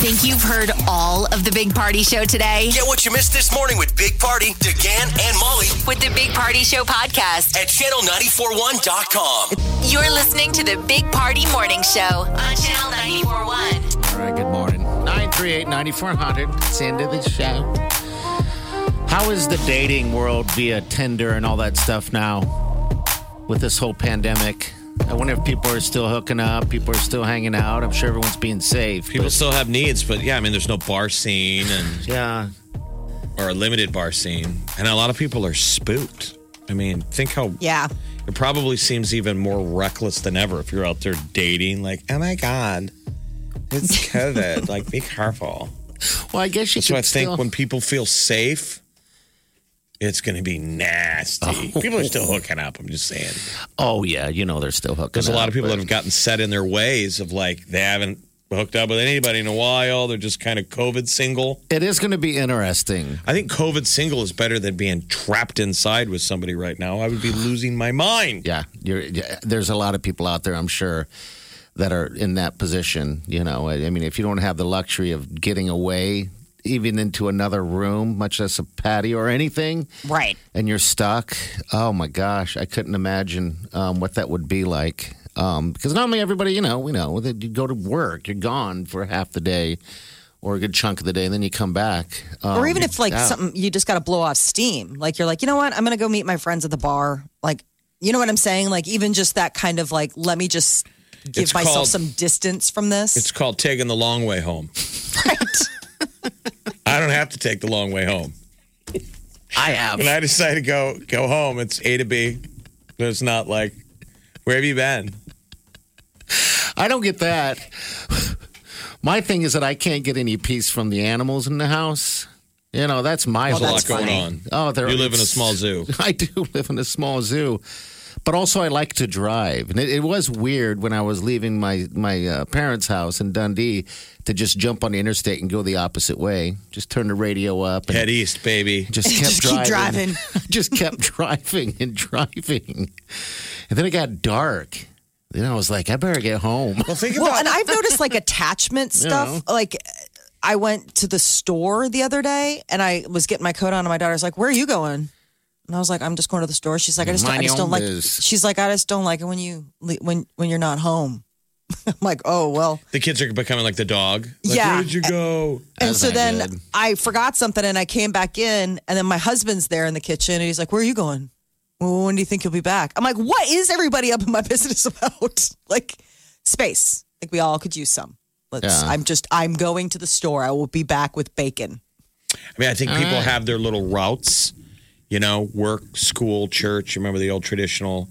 Speaker 2: Think you've heard all of the Big Party Show today?
Speaker 6: Get what you missed this morning with Big Party, DeGan and Molly
Speaker 2: With the Big Party Show podcast.
Speaker 6: at channel941.com.
Speaker 2: You're listening to the Big Party Morning Show on Channel 941.
Speaker 3: All right, good morning. 938 9400. It's the end of the show. How is the dating world via Tinder and all that stuff now with this whole pandemic? I wonder if people are still hooking up, people are still hanging out. I'm sure everyone's being safe.
Speaker 4: People still have needs, but yeah, I mean, there's no bar scene and
Speaker 3: yeah,
Speaker 4: or a limited bar scene, and a lot of people are spooked. I mean, think how
Speaker 5: yeah
Speaker 4: it probably seems even more reckless than ever if you're out there dating. Like, oh my god, it's COVID. like, be careful.
Speaker 3: Well, I guess you
Speaker 4: So
Speaker 3: could
Speaker 4: I think
Speaker 3: still-
Speaker 4: when people feel safe, it's going to be nasty. People are still hooking up. I'm just saying.
Speaker 3: Oh yeah, you know they're still hooking.
Speaker 4: There's a lot
Speaker 3: up,
Speaker 4: of people
Speaker 3: but-
Speaker 4: that have gotten set in their ways of like they haven't hooked up with anybody in a while. They're just kind of COVID single.
Speaker 3: It is going to be interesting.
Speaker 4: I think COVID single is better than being trapped inside with somebody right now. I would be losing my mind.
Speaker 3: Yeah, you're, yeah, there's a lot of people out there, I'm sure, that are in that position. You know, I, I mean, if you don't have the luxury of getting away, even into another room, much less a patio or anything,
Speaker 5: right?
Speaker 3: And you're stuck. Oh my gosh, I couldn't imagine um, what that would be like. Um, because normally everybody, you know, we know that you go to work, you're gone for half the day or a good chunk of the day, and then you come back. Um,
Speaker 4: Oh,
Speaker 5: or even if like
Speaker 3: yeah.
Speaker 5: something you just got to blow off steam like you're like you know what i'm gonna go meet my friends at the bar like you know what i'm saying like even just that kind of like let me just give
Speaker 4: It's
Speaker 5: myself
Speaker 4: called-
Speaker 5: some distance from this
Speaker 4: It's called taking the long way home. I don't have to take the long way home.
Speaker 3: I have.
Speaker 4: When I decide to go go home, it's A to B. It's not like where have you been?
Speaker 3: I don't get that. My thing is that I can't get any peace from the animals in the house. You know, that's my
Speaker 4: There's a
Speaker 3: whole
Speaker 4: lot going on.
Speaker 3: thing. Oh, there
Speaker 4: you live in a
Speaker 3: it's-
Speaker 4: small zoo.
Speaker 3: I do live in a small zoo, but also I like to drive, and it, it was weird when I was leaving my my uh, parents' house in Dundee to just jump on the interstate and go the opposite way. Just turn the radio up and
Speaker 4: Head east, baby.
Speaker 3: just kept
Speaker 5: Just keep
Speaker 3: driving.
Speaker 5: driving.
Speaker 3: just kept driving and driving, and then it got dark. Then I was like, I better get home.
Speaker 4: Well, think
Speaker 5: well and i've noticed like attachment stuff like i went to the store the other day and i was getting my coat on and my daughter's like where are you going and i was like i'm just going to the store she's like i just, I
Speaker 3: Mind
Speaker 5: just don't
Speaker 3: your own
Speaker 5: like
Speaker 3: biz.
Speaker 5: she's like i just don't like it when you le- when when you're not home i'm like oh well
Speaker 4: The kids are becoming like the dog. Like,
Speaker 5: Yeah.
Speaker 4: Where did you go?
Speaker 5: And
Speaker 3: That's
Speaker 5: so
Speaker 3: not
Speaker 5: then
Speaker 3: good.
Speaker 5: I forgot something and I came back in and then my husband's there in the kitchen and he's like, Where are you going? Well, when do you think you'll be back? I'm like, What is everybody up in my business about? like space. Like we all could use some. Let's
Speaker 3: Yeah.
Speaker 5: I'm just I'm going to the store. I will be back with bacon.
Speaker 4: I mean, I think
Speaker 3: All
Speaker 4: people
Speaker 3: right.
Speaker 4: have their little routes, you know, work, school, church. You Remember the old traditional,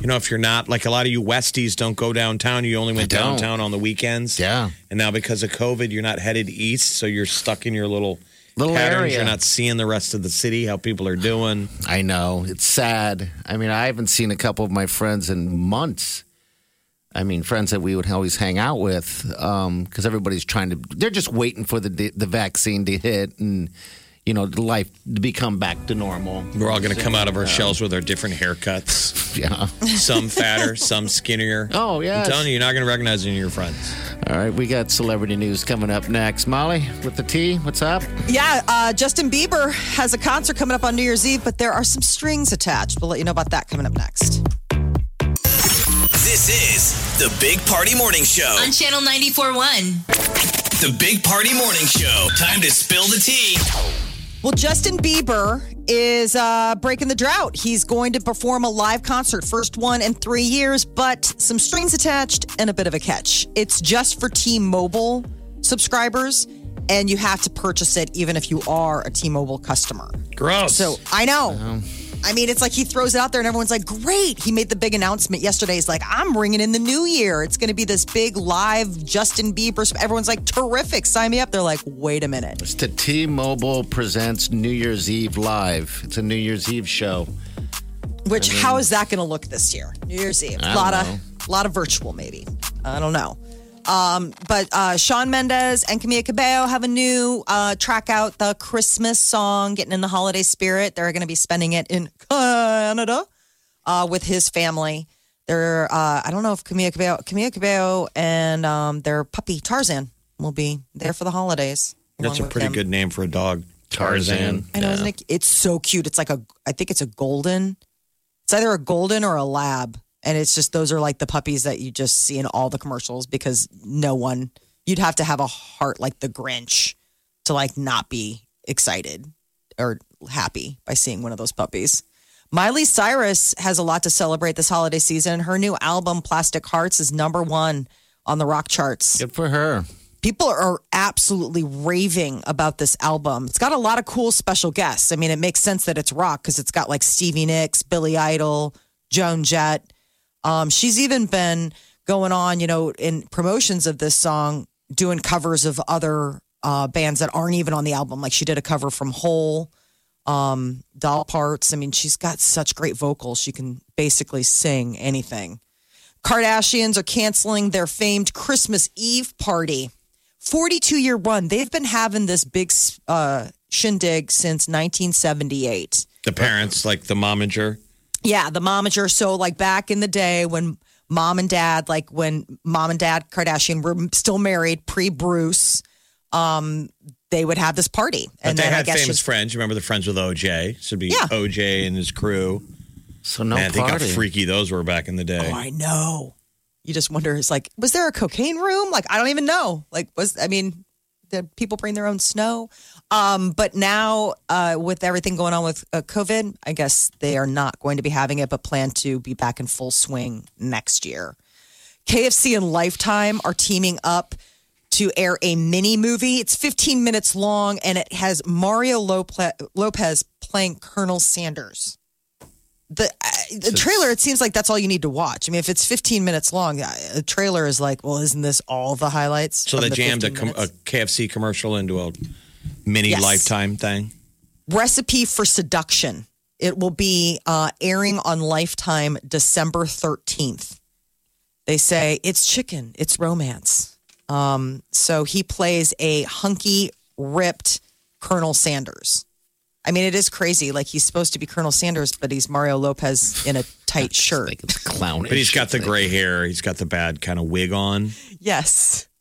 Speaker 4: you know, if you're not like a lot of you Westies don't go downtown, you only went
Speaker 3: I don't.
Speaker 4: downtown on the weekends.
Speaker 3: Yeah.
Speaker 4: And now because of COVID, you're not headed east. So you're stuck in your little,
Speaker 3: Little
Speaker 4: patterns.
Speaker 3: area.
Speaker 4: You're not seeing the rest of the city, how people are doing.
Speaker 3: I know. It's sad. I mean, I haven't seen a couple of my friends in months. I mean, friends that we would always hang out with because everybody's trying to, they're just waiting for the, the vaccine to hit and, you know, life to become back to normal.
Speaker 4: We're all going to come out of our shells with our different haircuts.
Speaker 3: Yeah.
Speaker 4: some fatter, some skinnier.
Speaker 3: Oh, yes.
Speaker 4: I'm telling you, you're not going to recognize any of your friends.
Speaker 3: All right. We got celebrity news coming up next. Molly with the T. What's up?
Speaker 5: Yeah, uh, Justin Bieber has a concert coming up on New Year's Eve, but there are some strings attached. We'll let you know about that coming up next.
Speaker 6: This is the Big Party Morning Show.
Speaker 2: On Channel 941.
Speaker 6: The Big Party Morning Show. Time to spill the tea.
Speaker 5: Well, Justin Bieber is uh, breaking the drought. He's going to perform a live concert, first one in three years, but some strings attached and a bit of a catch. It's just for T Mobile subscribers, and you have to purchase it even if you are a T Mobile customer.
Speaker 4: Gross.
Speaker 5: So I know. I mean, it's like he throws it out there, and everyone's like, "Great!" He made the big announcement yesterday. He's like, "I'm ringing in the new year. It's going to be this big live Justin Bieber." sp-" Everyone's like, "Terrific! Sign me up." They're like, "Wait a minute."
Speaker 3: It's the T Mobile presents New Year's Eve Live. It's a New Year's Eve show.
Speaker 5: Which how is that going to look this year? New Year's Eve,
Speaker 3: I
Speaker 5: a lot
Speaker 3: don't
Speaker 5: of lot of virtual, maybe. I don't know. Um, but uh, Sean Mendez and Camila Cabello have a new uh, track out, the Christmas song, getting in the holiday spirit. They're going to be spending it in Canada uh, with his family. They're uh, I don't know if Camila Cabello, Camila Cabello, and um, their puppy Tarzan will be there for the holidays.
Speaker 4: That's
Speaker 5: along
Speaker 4: a
Speaker 5: with
Speaker 4: pretty
Speaker 5: him.
Speaker 4: good name for a dog. Tarzan.
Speaker 3: Tarzan.
Speaker 5: I know, isn't it? It's so cute. It's like a, I think it's a golden. It's either a golden or a lab, and it's just those are like the puppies that you just see in all the commercials because no one, you'd have to have a heart like the Grinch to like not be excited or happy by seeing one of those puppies. Miley Cyrus has a lot to celebrate this holiday season. Her new album, Plastic Hearts, is number one on the rock charts.
Speaker 3: Good for her.
Speaker 5: People are absolutely raving about this album. It's got a lot of cool special guests. I mean, it makes sense that it's rock because it's got like Stevie Nicks, Billy Idol, Joan Jett. Um, she's even been going on, you know, in promotions of this song, doing covers of other uh, bands that aren't even on the album. Like she did a cover from Hole, um, Doll Parts. I mean, she's got such great vocals. She can basically sing anything. Kardashians are canceling their famed Christmas Eve party. 42 year run. They've been having this big uh, shindig since 1978.
Speaker 4: The parents, like the momager.
Speaker 5: Yeah, the momager. So, like back in the day when mom and dad, like when mom and dad Kardashian were still married pre Bruce, um, they would have this party.
Speaker 4: But they
Speaker 5: then
Speaker 4: had famous
Speaker 5: she's-
Speaker 4: friends. Remember the friends with OJ? So it'd be
Speaker 5: Yeah.
Speaker 4: OJ and his crew.
Speaker 3: So
Speaker 5: no
Speaker 4: Man, think how
Speaker 5: party.
Speaker 4: freaky those were back in the day.
Speaker 5: Oh, I know. You just wonder, it's like, was there a cocaine room? Like, I don't even know. Like, was, I mean, did people bring their own snow? Um, but now, uh, with everything going on with uh, COVID, I guess they are not going to be having it, but plan to be back in full swing next year. KFC and Lifetime are teaming up to air a mini movie. It's 15 minutes long and it has Mario Lope- Lopez playing Colonel Sanders. The, uh, the trailer, it seems like that's all you need to watch. I mean, if it's 15 minutes long, uh, a trailer is like, well, isn't this all the highlights?
Speaker 4: So
Speaker 5: from
Speaker 4: they
Speaker 5: the
Speaker 4: jammed a,
Speaker 5: 15
Speaker 4: com-
Speaker 5: minutes?
Speaker 4: a KFC commercial into a mini
Speaker 5: Yes.
Speaker 4: lifetime thing.
Speaker 5: Recipe for Seduction. It will be uh, airing on Lifetime December 13th. They say it's chicken, it's romance. Um, so he plays a hunky, ripped Colonel Sanders. I mean, it is crazy. Like he's supposed to be Colonel Sanders, but he's Mario Lopez in a tight shirt.
Speaker 3: Clown.
Speaker 4: But he's got the gray hair. He's got the bad kind of wig on.
Speaker 5: Yes.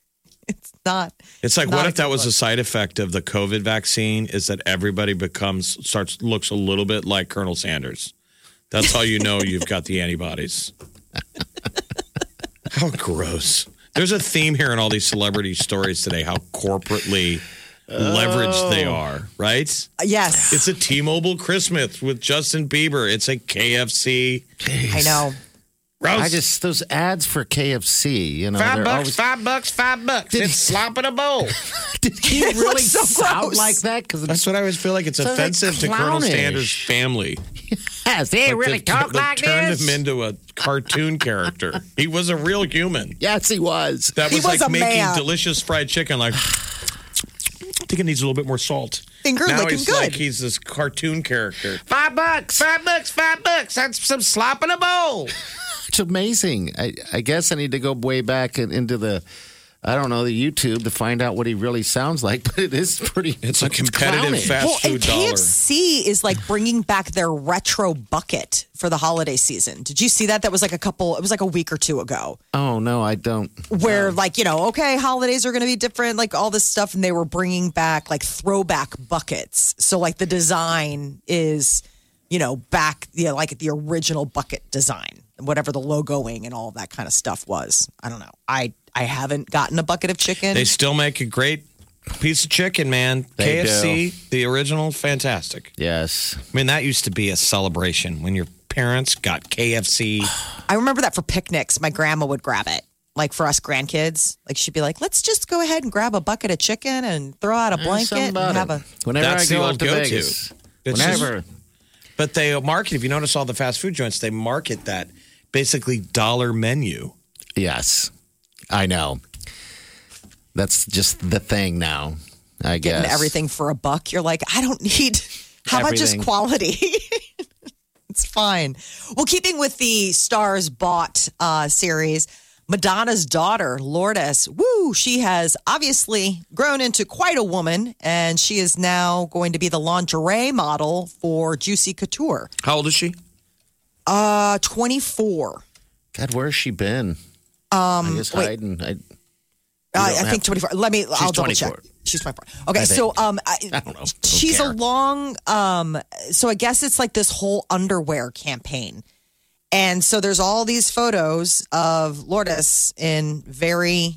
Speaker 5: It's not.
Speaker 4: It's like,
Speaker 5: not
Speaker 4: what
Speaker 5: a
Speaker 4: if that
Speaker 5: good
Speaker 4: was a
Speaker 5: look.
Speaker 4: side effect of the COVID vaccine? Is that everybody becomes starts looks a little bit like Colonel Sanders? That's how you know you've got the antibodies. how gross! There's a theme here in all these celebrity stories today. How corporately leveraged
Speaker 3: Oh.
Speaker 4: they are, right?
Speaker 5: Yes,
Speaker 4: it's a T-Mobile Christmas with Justin Bieber. It's a KFC.
Speaker 5: I know.
Speaker 4: Gross.
Speaker 3: I just those ads for KFC. You know,
Speaker 7: Five
Speaker 3: they're
Speaker 7: bucks,
Speaker 3: always-
Speaker 7: five bucks, five bucks.
Speaker 3: Did
Speaker 7: it's slop in a bowl.
Speaker 3: Did he
Speaker 7: It
Speaker 3: really
Speaker 7: looks so
Speaker 3: sound
Speaker 7: gross.
Speaker 3: like that? Because
Speaker 4: That's what I always feel like. It's
Speaker 3: So they're
Speaker 4: offensive to Colonel
Speaker 3: clownish.
Speaker 4: Sanders' family.
Speaker 3: Yes, they
Speaker 4: Like,
Speaker 3: really
Speaker 4: they've-
Speaker 3: talk
Speaker 4: they've
Speaker 3: like
Speaker 4: turned
Speaker 3: this.
Speaker 4: him into a cartoon character. He was a real human.
Speaker 3: Yes, he was.
Speaker 4: That
Speaker 3: He
Speaker 4: was,
Speaker 3: was
Speaker 4: like
Speaker 3: a
Speaker 4: making
Speaker 3: man.
Speaker 4: delicious fried chicken. Like, I think it needs a little bit more salt.
Speaker 7: Finger
Speaker 4: now
Speaker 7: looking
Speaker 4: he's
Speaker 7: good.
Speaker 4: like he's this cartoon character.
Speaker 7: Five bucks, five bucks, five bucks. That's some slop in a bowl.
Speaker 3: It's amazing. I, I guess I need to go way back and into the, I don't know, the YouTube to find out what he really sounds like. But it is pretty. It's
Speaker 4: a competitive fast
Speaker 5: well, and KFC is like bringing back their retro bucket for the holiday season. Did you see that? That was like a couple. It was like a week or two ago,
Speaker 3: Oh no, I don't.
Speaker 5: where like you know, okay, holidays are going to be different, like all this stuff, and they were bringing back like throwback buckets. So like the design is, you know, back you know, like the original bucket design, whatever the logoing and all that kind of stuff was. I don't know. I I haven't gotten a bucket of chicken.
Speaker 7: They still make a great piece of chicken, man.
Speaker 4: They
Speaker 7: KFC, the original, fantastic.
Speaker 3: Yes.
Speaker 7: I mean, that used to be a celebration when your parents got KFC.
Speaker 5: I remember that for picnics, my grandma would grab it. Like for us grandkids, like she'd be like, "Let's just go ahead and grab a bucket of chicken and throw out a blanket
Speaker 3: Mm,
Speaker 5: and
Speaker 3: something about
Speaker 5: have
Speaker 3: it.
Speaker 5: a."
Speaker 3: Whenever
Speaker 7: That's
Speaker 3: I
Speaker 7: the
Speaker 3: go out
Speaker 7: old
Speaker 3: to
Speaker 7: go-to.
Speaker 3: Vegas,
Speaker 7: It's just-
Speaker 3: whenever
Speaker 7: But they market, if you notice all the fast food joints, they market that basically dollar menu.
Speaker 3: Yes, I know. That's just the thing now. I
Speaker 5: And
Speaker 3: guess
Speaker 5: everything for a buck. You're like, I don't need. How about just
Speaker 3: Everything.
Speaker 5: quality? it's fine. Well, keeping with the stars bought uh, series, Madonna's daughter Lourdes, woo, she has obviously grown into quite a woman, and she is now going to be the lingerie model for Juicy Couture.
Speaker 7: How old is she?
Speaker 5: Uh, 24.
Speaker 3: God, where's she been? I
Speaker 5: Um,
Speaker 3: just
Speaker 5: wait,
Speaker 3: hiding. I,
Speaker 5: I,
Speaker 3: you
Speaker 5: I
Speaker 3: don't
Speaker 5: think
Speaker 3: have-
Speaker 5: 24. Let me, I'll
Speaker 3: She's
Speaker 5: double check.
Speaker 3: 24.
Speaker 5: She's 24. Okay,
Speaker 3: I
Speaker 5: so,
Speaker 3: think.
Speaker 5: um, I,
Speaker 3: I don't know. Don't
Speaker 5: she's
Speaker 3: care.
Speaker 5: a long, um, so I guess it's like this whole underwear campaign. And so there's all these photos of Lourdes in very,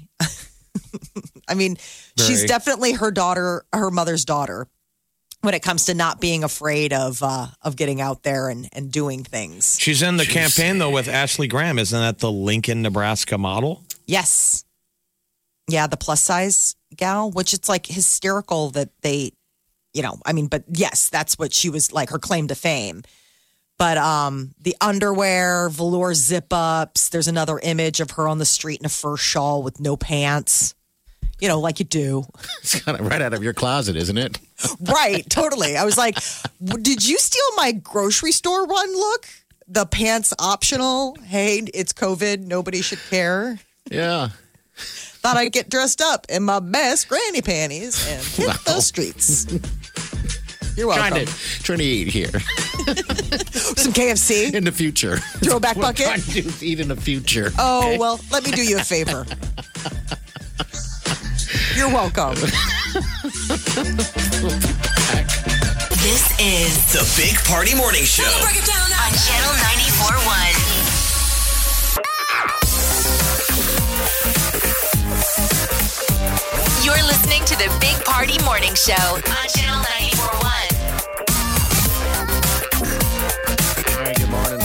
Speaker 5: I mean, she's
Speaker 7: Very.
Speaker 5: definitely her daughter, her mother's daughter. when it comes to not being afraid of uh, of getting out there and, and doing things.
Speaker 4: She's in the campaign though with Ashley Graham. Isn't that the Lincoln, Nebraska model?
Speaker 5: Yes. Yeah, the plus size gal, which it's like hysterical that they, you know, I mean, but yes, that's what she was like her claim to fame. But um the underwear, velour zip ups, there's another image of her on the street in a fur shawl with no pants. You know, like you do.
Speaker 3: It's kind of right out of your closet, isn't it?
Speaker 5: right, totally. I was like, w- did you steal my grocery store one look? The pants optional. Hey, it's COVID. Nobody should care.
Speaker 3: Yeah.
Speaker 5: Thought I'd get dressed up in my best granny panties and hit those streets. You're welcome.
Speaker 3: Trying to, trying to eat here.
Speaker 5: Some KFC.
Speaker 3: In the future.
Speaker 5: Throwback
Speaker 3: We're
Speaker 5: bucket?
Speaker 3: Trying to eat in the future.
Speaker 5: Oh,
Speaker 3: okay?
Speaker 5: well, let me do you a favor. You're welcome.
Speaker 2: This is
Speaker 6: The Big Party Morning Show.
Speaker 2: on Channel 94.1. You're listening to the Big Party Morning Show on Channel 94.1.
Speaker 3: good morning.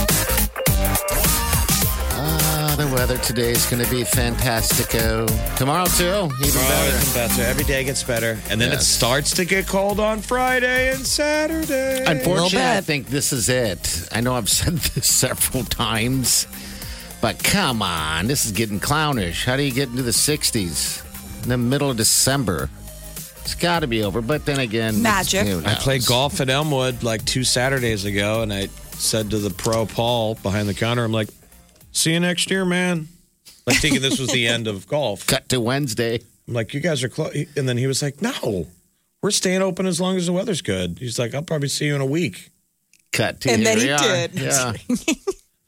Speaker 3: Ah, the weather today is going to be fantastico. Tomorrow, too. Even better.
Speaker 4: Even better. Every day gets better. And then it
Speaker 3: Yes.
Speaker 4: starts to get cold on Friday and Saturday.
Speaker 3: Unfortunately, I think this is it. I know I've said this several times, but come on, this is getting clownish. How do you get into the 60s in the middle of December? It's got to be over. But then again, it's- who
Speaker 4: I
Speaker 3: knows?
Speaker 4: played golf at Elmwood like two Saturdays ago, and I said to the pro Paul behind the counter, I'm like, see you next year, man. Like thinking this was the end of golf.
Speaker 3: Cut to Wednesday.
Speaker 4: I'm like, you guys are close. And then he was like, no, we're staying open as long as the weather's good. He's like, I'll probably see you in a week.
Speaker 3: Cut to
Speaker 5: And
Speaker 3: here
Speaker 5: then he
Speaker 3: we are.
Speaker 5: did.
Speaker 3: Yeah.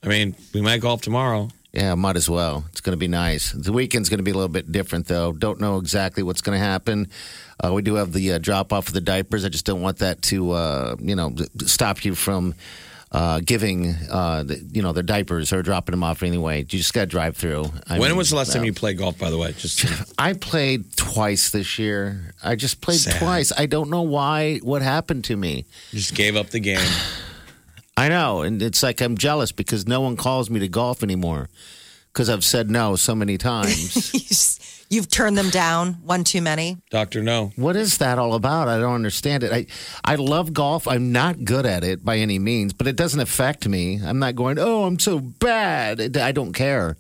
Speaker 4: I mean, we might golf tomorrow.
Speaker 3: Yeah, might as well. It's going to be nice. The weekend's going to be a little bit different, though. Don't know exactly what's going to happen. Uh, we do have the uh, drop off of the diapers. I just don't want that to, uh, you know, th- stop you from uh, giving, uh, the, you know, the diapers or dropping them off anyway. You just got to drive through. I
Speaker 4: when
Speaker 3: mean,
Speaker 4: was the last time
Speaker 3: uh,
Speaker 4: you played golf, by the way? Just
Speaker 3: I played twice this year. I just played
Speaker 4: Sad.
Speaker 3: twice. I don't know why. What happened to me?
Speaker 4: just gave up the game.
Speaker 3: I know, and it's like I'm jealous because no one calls me to golf anymore because I've said no so many times.
Speaker 5: You've turned them down one too many.
Speaker 4: Doctor No.
Speaker 3: What is that all about? I don't understand it. I I love golf. I'm not good at it by any means, but it doesn't affect me. I'm not going, "Oh, I'm so bad." It- I don't care.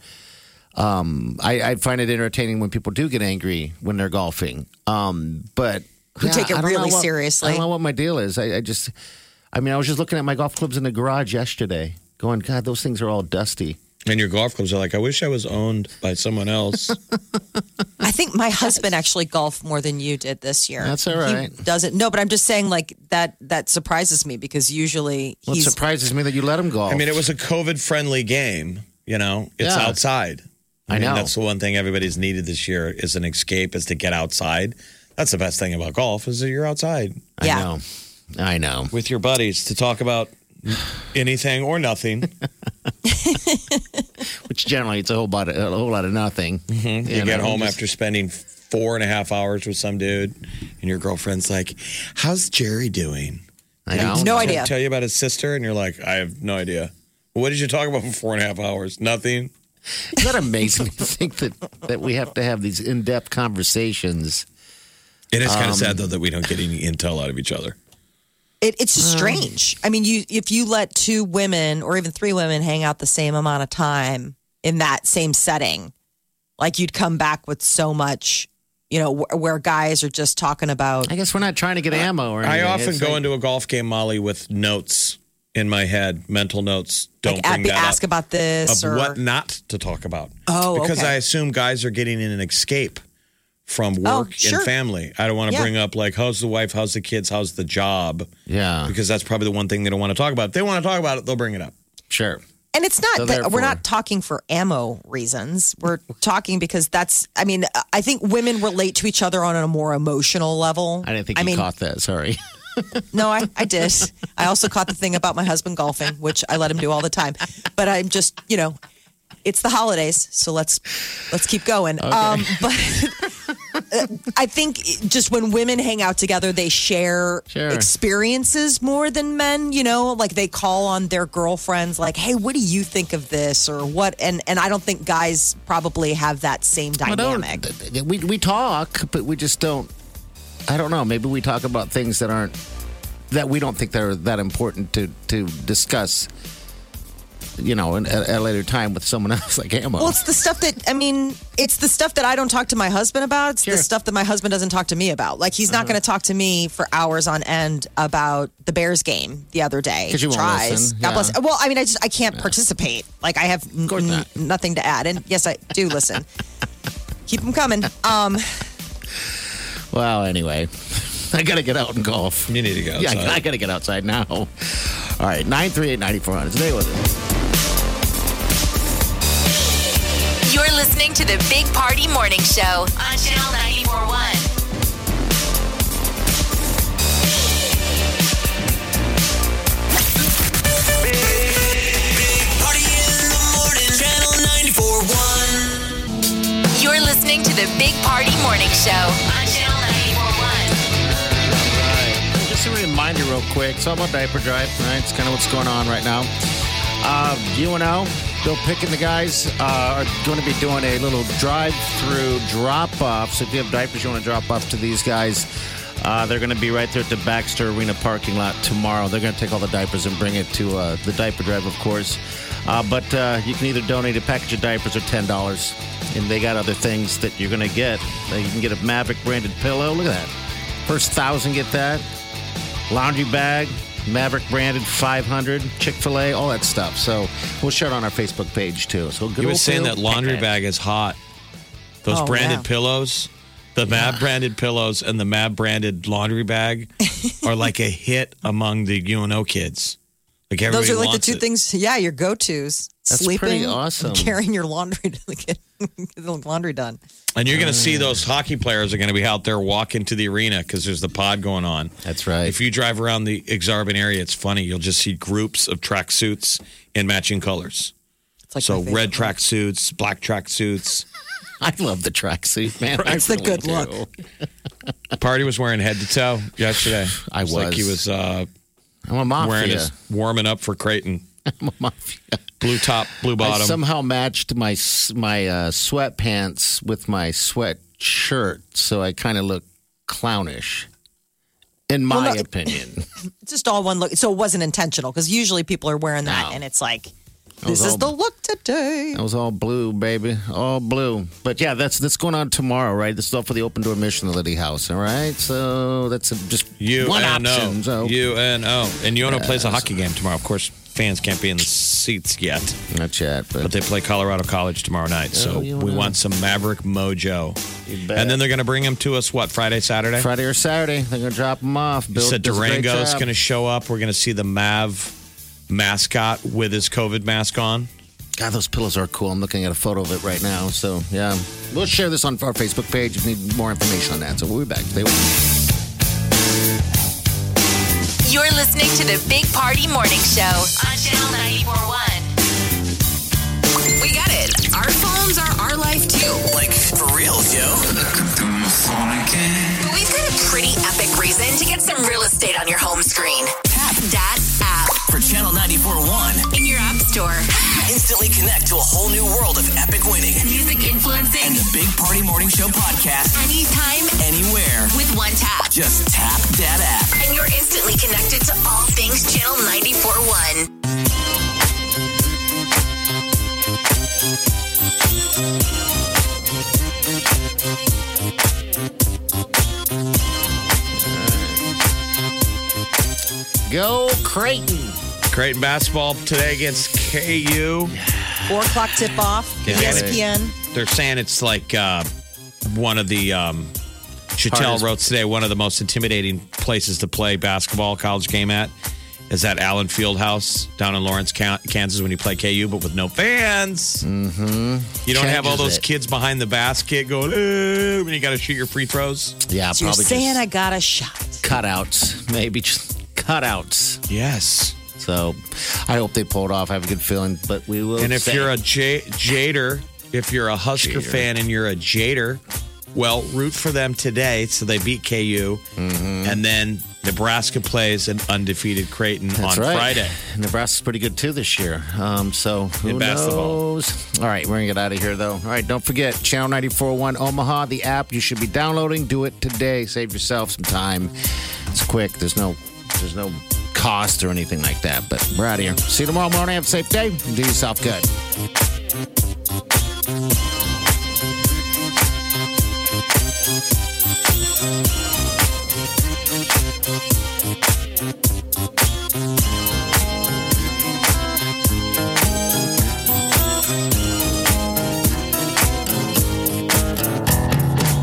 Speaker 3: Um, I, I find it entertaining when people do get angry when they're golfing. Um, but
Speaker 5: Who take it
Speaker 3: I don't know
Speaker 5: really
Speaker 3: what-
Speaker 5: seriously.
Speaker 3: I don't know what my deal is. I, I just, I mean, I was just looking at my golf clubs in the garage yesterday, going, "God, those things are all dusty."
Speaker 4: And your golf clubs are like, I wish I was owned by someone else.
Speaker 5: I think my husband actually golfed more than you did this year.
Speaker 3: That's all
Speaker 5: He
Speaker 3: right.
Speaker 5: doesn't no, but I'm just saying like that that surprises me because usually
Speaker 3: Well, it
Speaker 5: he's
Speaker 3: surprises me that you let them golf.
Speaker 4: I mean, it was a COVID friendly game. You know, it's
Speaker 3: Yeah.
Speaker 4: outside.
Speaker 3: I
Speaker 4: mean,
Speaker 3: know.
Speaker 4: That's the one thing everybody's needed this year is an escape, is to get outside. That's the best thing about golf is that you're outside
Speaker 5: yeah.
Speaker 3: I know. I know.
Speaker 4: with your buddies to talk about anything or nothing.
Speaker 3: Which generally, it's a whole lot of, a whole lot of nothing.
Speaker 4: Mm-hmm. You,
Speaker 3: You
Speaker 4: get
Speaker 3: know,
Speaker 4: home
Speaker 3: just-
Speaker 4: after spending four and a half hours with some dude, and your girlfriend's like, "How's Jerry doing?"
Speaker 3: I know.
Speaker 5: No
Speaker 4: Tell-
Speaker 5: idea.
Speaker 4: Tell you about his sister, and you're like, "I have no idea." What did you talk about for four and a half hours? Nothing.
Speaker 3: Isn't that amazing to think that, that we have to have these in depth conversations?
Speaker 4: It is kind of sad though that we don't get any intel out of each other.
Speaker 5: It, it's just strange. I mean, you if you let two women or even three women hang out the same amount of time in that same setting, like you'd come back with so much, you know, wh- where guys are just talking about.
Speaker 3: I guess we're not trying to get ammo or
Speaker 4: I
Speaker 3: anything.
Speaker 4: often
Speaker 3: It's
Speaker 4: go
Speaker 3: like-
Speaker 4: into a golf game, Molly, with notes in my head, mental notes. Don't
Speaker 5: Like,
Speaker 4: bring
Speaker 5: at the
Speaker 4: that
Speaker 5: ask
Speaker 4: up.
Speaker 5: about this
Speaker 4: of
Speaker 5: or
Speaker 4: what not to talk about.
Speaker 5: Oh,
Speaker 4: because
Speaker 5: okay.
Speaker 4: I assume guys are getting in an escape from work
Speaker 5: Oh, sure.
Speaker 4: and family. I don't want to
Speaker 5: Yeah.
Speaker 4: bring up like how's the wife, how's the kids, how's the job,
Speaker 3: Yeah,
Speaker 4: because that's probably the one thing they don't want to talk about. If they want to talk about it, they'll bring it up.
Speaker 3: sure.
Speaker 5: And it's not
Speaker 3: So
Speaker 5: that we're
Speaker 3: therefore-
Speaker 5: not talking for ammo reasons. We're talking because that's, I mean, I think women relate to each other on a more emotional level.
Speaker 3: I didn't think you
Speaker 5: mean,
Speaker 3: caught that. Sorry.
Speaker 5: no, I, I did. I also caught the thing about my husband golfing, which I let him do all the time. But I'm just, you know, it's the holidays, so let's let's keep going. Um, but uh, I think it- just when women hang out together, they share
Speaker 3: Sure.
Speaker 5: experiences more than men. You know, like they call on their girlfriends, like, "Hey, what do you think of this?" or what? And and I don't think guys probably have that same
Speaker 3: I don't-
Speaker 5: dynamic.
Speaker 3: We we talk, but we just don't. I don't know. Maybe we talk about things that aren't that we don't think that are that important to to discuss. You know, in, at, at a later time with someone else, like ammo.
Speaker 5: Well, it's the stuff that I mean, it's the stuff that I don't talk to my husband about. It's the stuff that my husband doesn't talk to me about. Like he's not
Speaker 4: Uh-huh.
Speaker 5: going to talk to me for hours on end about the Bears game the other day.
Speaker 3: 'Cause you won't
Speaker 5: Tries.
Speaker 3: listen,
Speaker 5: God
Speaker 3: yeah.
Speaker 5: bless. Well, I mean, I just I can't participate. Like I have n- n- nothing to add. And yes, I do listen. Keep them coming. Um,
Speaker 3: Well, anyway, I got to get out and golf. You
Speaker 4: need to go
Speaker 3: Yeah,
Speaker 4: outside.
Speaker 3: I, got to get outside now. All right, 938 9400. Today with it.
Speaker 13: You're listening to the Big Party Morning Show on Channel 941.
Speaker 6: Party in the morning, channel 941.
Speaker 13: You're listening to the Big Party Morning Show on Channel 941.
Speaker 3: Just a reminder, real quick. It's all about diaper drive, right? It's kind of what's going on right now. Uh, UNO, Bill Pick and the guys uh, are going to be doing a little drive through drop off. So if you have diapers you want to drop off to these guys, uh, they're going to be right there at the Baxter Arena parking lot tomorrow. They're going to take all the diapers and bring it to uh, the diaper drive, of course. Uh, but uh, you can either donate a package of diapers or $10. And they got other things that you're going to get. Uh, You can get a Maverick branded pillow. Look at that. First thousand get that laundry bag, Maverick branded 500, Chick fil A, all that stuff. So we'll share it on our Facebook page too. So good
Speaker 4: You were
Speaker 3: old
Speaker 4: saying
Speaker 3: Bill
Speaker 4: that laundry
Speaker 3: Pickett.
Speaker 4: bag is hot. Those
Speaker 3: Oh,
Speaker 4: branded
Speaker 3: yeah.
Speaker 4: pillows, the Mab branded pillows and the Mab branded laundry bag are like a hit among the UNO kids. Like everybody
Speaker 5: those are like the
Speaker 4: wants
Speaker 5: two
Speaker 4: it.
Speaker 5: things. Yeah, your go tos.
Speaker 4: That's
Speaker 5: Sleeping,
Speaker 4: pretty awesome.
Speaker 5: Carrying your laundry to get, get the laundry done.
Speaker 4: And you're going to see those hockey players are going to be out there walking to the arena because there's the pod going on.
Speaker 3: That's right.
Speaker 4: If you drive around the Exarban area, it's funny. You'll just see groups of tracksuits in matching colors.
Speaker 5: like
Speaker 4: so
Speaker 5: my favorite
Speaker 4: red tracksuits, black tracksuits.
Speaker 3: I love the tracksuit, man. I
Speaker 4: It's the
Speaker 3: really
Speaker 4: good look. Party was wearing head to toe yesterday. I was. Like he was. Uh,
Speaker 3: I'm a mafia.
Speaker 4: Wearing his warming up for Creighton.
Speaker 3: I'm a mafia.
Speaker 4: Blue top, blue bottom.
Speaker 3: I somehow matched my s- my uh, sweatpants with my sweatshirt, so I kind of look clownish, in my
Speaker 5: Well, no, it-
Speaker 3: opinion.
Speaker 5: It's just all one look. So it wasn't intentional because usually people are wearing that and it's like,
Speaker 3: was
Speaker 5: this is
Speaker 3: all-
Speaker 5: the look today.
Speaker 3: That was all blue, baby, all blue. But yeah, that's that's going on tomorrow, right? This is all for the open door mission, the Liddy House. All right, so that's a, just
Speaker 4: U
Speaker 3: one
Speaker 4: N O.
Speaker 3: option. So
Speaker 4: U N O. And UNO plays a
Speaker 3: Yes.
Speaker 4: hockey game tomorrow. Of course, fans can't be in the seats yet.
Speaker 3: Not yet, but,
Speaker 4: they play Colorado College tomorrow night. so
Speaker 3: Oh, UNO.
Speaker 4: we want some Maverick mojo.
Speaker 3: bet.
Speaker 4: And then they're going to bring them to us, what, Friday, Saturday?
Speaker 3: Friday or Saturday, they're gonna drop them off.
Speaker 4: You said
Speaker 3: does a great
Speaker 4: Durango's
Speaker 3: job.
Speaker 4: going to show up. We're going to see the Mav mascot with his COVID mask on.
Speaker 3: God, those pillows are cool. I'm looking at a photo of it right now. So yeah, we'll share this on our Facebook page. If you need more information on that, so we'll be back. They
Speaker 13: You're listening to the Big Party Morning Show on Channel 941.
Speaker 2: We got it. Our phones are our life too.
Speaker 6: Like, for real, yo.
Speaker 2: But we've got a pretty epic reason to get some real estate on your home screen. Tap that app
Speaker 6: For Channel 94.1,
Speaker 2: in your app store.
Speaker 6: instantly connect to a whole new world of epic winning.
Speaker 2: Music influencing
Speaker 6: And the Big Party Morning Show podcast,
Speaker 2: anytime,
Speaker 6: anywhere.
Speaker 2: with one tap.
Speaker 6: Just tap that app.
Speaker 2: And you're instantly connected to all things Channel 94.1.
Speaker 3: Go Creighton.
Speaker 4: Creighton basketball today against KU.
Speaker 5: Four o'clock tip off,
Speaker 4: Yeah.
Speaker 5: ESPN.
Speaker 4: They're saying it's like uh, one of the. Um, Chattel
Speaker 3: Hardest-
Speaker 4: wrote today one of the most intimidating places to play basketball college game at is that Allen Fieldhouse down in Lawrence, Ca- Kansas, when you play KU, but with no fans.
Speaker 3: Mm-hmm.
Speaker 4: You don't have all those
Speaker 3: Changes it.
Speaker 4: kids behind the basket going, "Eh," when you got to shoot your free throws.
Speaker 3: Yeah,
Speaker 5: You're
Speaker 3: probably
Speaker 5: saying
Speaker 3: just
Speaker 5: I got a shot.
Speaker 3: cutouts. Maybe just cutouts.
Speaker 4: Yes.
Speaker 3: So I hope they pulled off. I have a good feeling, but we will.
Speaker 4: And if
Speaker 3: say-
Speaker 4: you're a J- Jader, if you're a Husker
Speaker 3: Jader.
Speaker 4: fan and you're a Jader, Well, root for them today. So they beat KU. And then Nebraska plays an undefeated Creighton
Speaker 3: That's
Speaker 4: on
Speaker 3: right.
Speaker 4: Friday.
Speaker 3: Nebraska's pretty good too this year. Um, so who
Speaker 4: In basketball.
Speaker 3: knows? All right, we're gonna get out of here though. All right, don't forget Channel 94.1 Omaha, the app you should be downloading. Do it today. Save yourself some time. It's quick. There's no, there's no cost or anything like that. But we're out of here. See you tomorrow morning. Have a safe day. Do yourself good.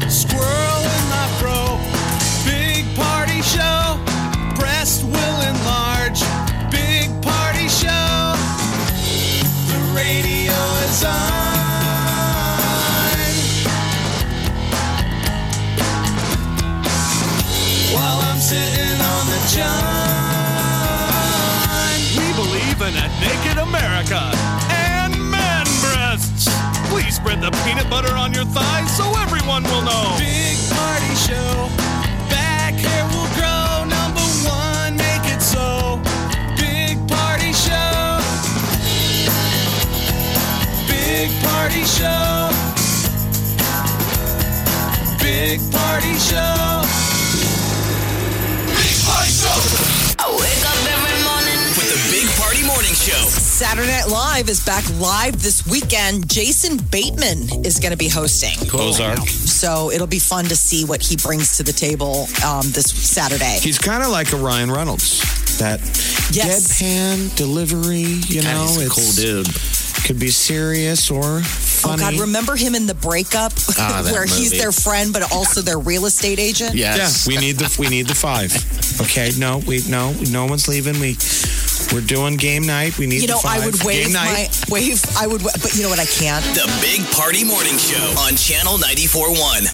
Speaker 8: Squirrel in my fro. Big party show. Breast will enlarge. Big party show. The radio is on. While I'm sitting on the john.
Speaker 14: We believe in a naked America and man breasts. Please spread the peanut butter on your thighs so everyone will know.
Speaker 8: Big party show. Back hair will grow. Number one, make it so. Big party show. Big party show. Big party show. Big party show.
Speaker 9: I wake up every morning
Speaker 6: With the Big Party Morning Show.
Speaker 5: Saturday Night Live is back live this weekend. Jason Bateman is going to be hosting.
Speaker 4: Ozark.
Speaker 5: So it'll be fun to see what he brings to the table um, this Saturday.
Speaker 4: He's kind of like a Ryan Reynolds. That
Speaker 5: Yes.
Speaker 4: deadpan delivery, you
Speaker 5: God,
Speaker 4: know,
Speaker 5: he's a
Speaker 4: it's
Speaker 5: cool
Speaker 4: dude. Could be serious or funny.
Speaker 5: Oh God! Remember him in the breakup,
Speaker 4: Ah, that
Speaker 5: where he's
Speaker 4: movie.
Speaker 5: their friend but also their real estate agent.
Speaker 4: Yeah, we need the we need the five. Okay, no, we no no one's leaving. We we're doing game night. We need
Speaker 5: you know,
Speaker 4: the five.
Speaker 5: I would
Speaker 4: game
Speaker 5: wave my
Speaker 4: night.
Speaker 5: wave. I would, wa- but you know what? I can't.
Speaker 6: The Big Party Morning Show on Channel 94.1.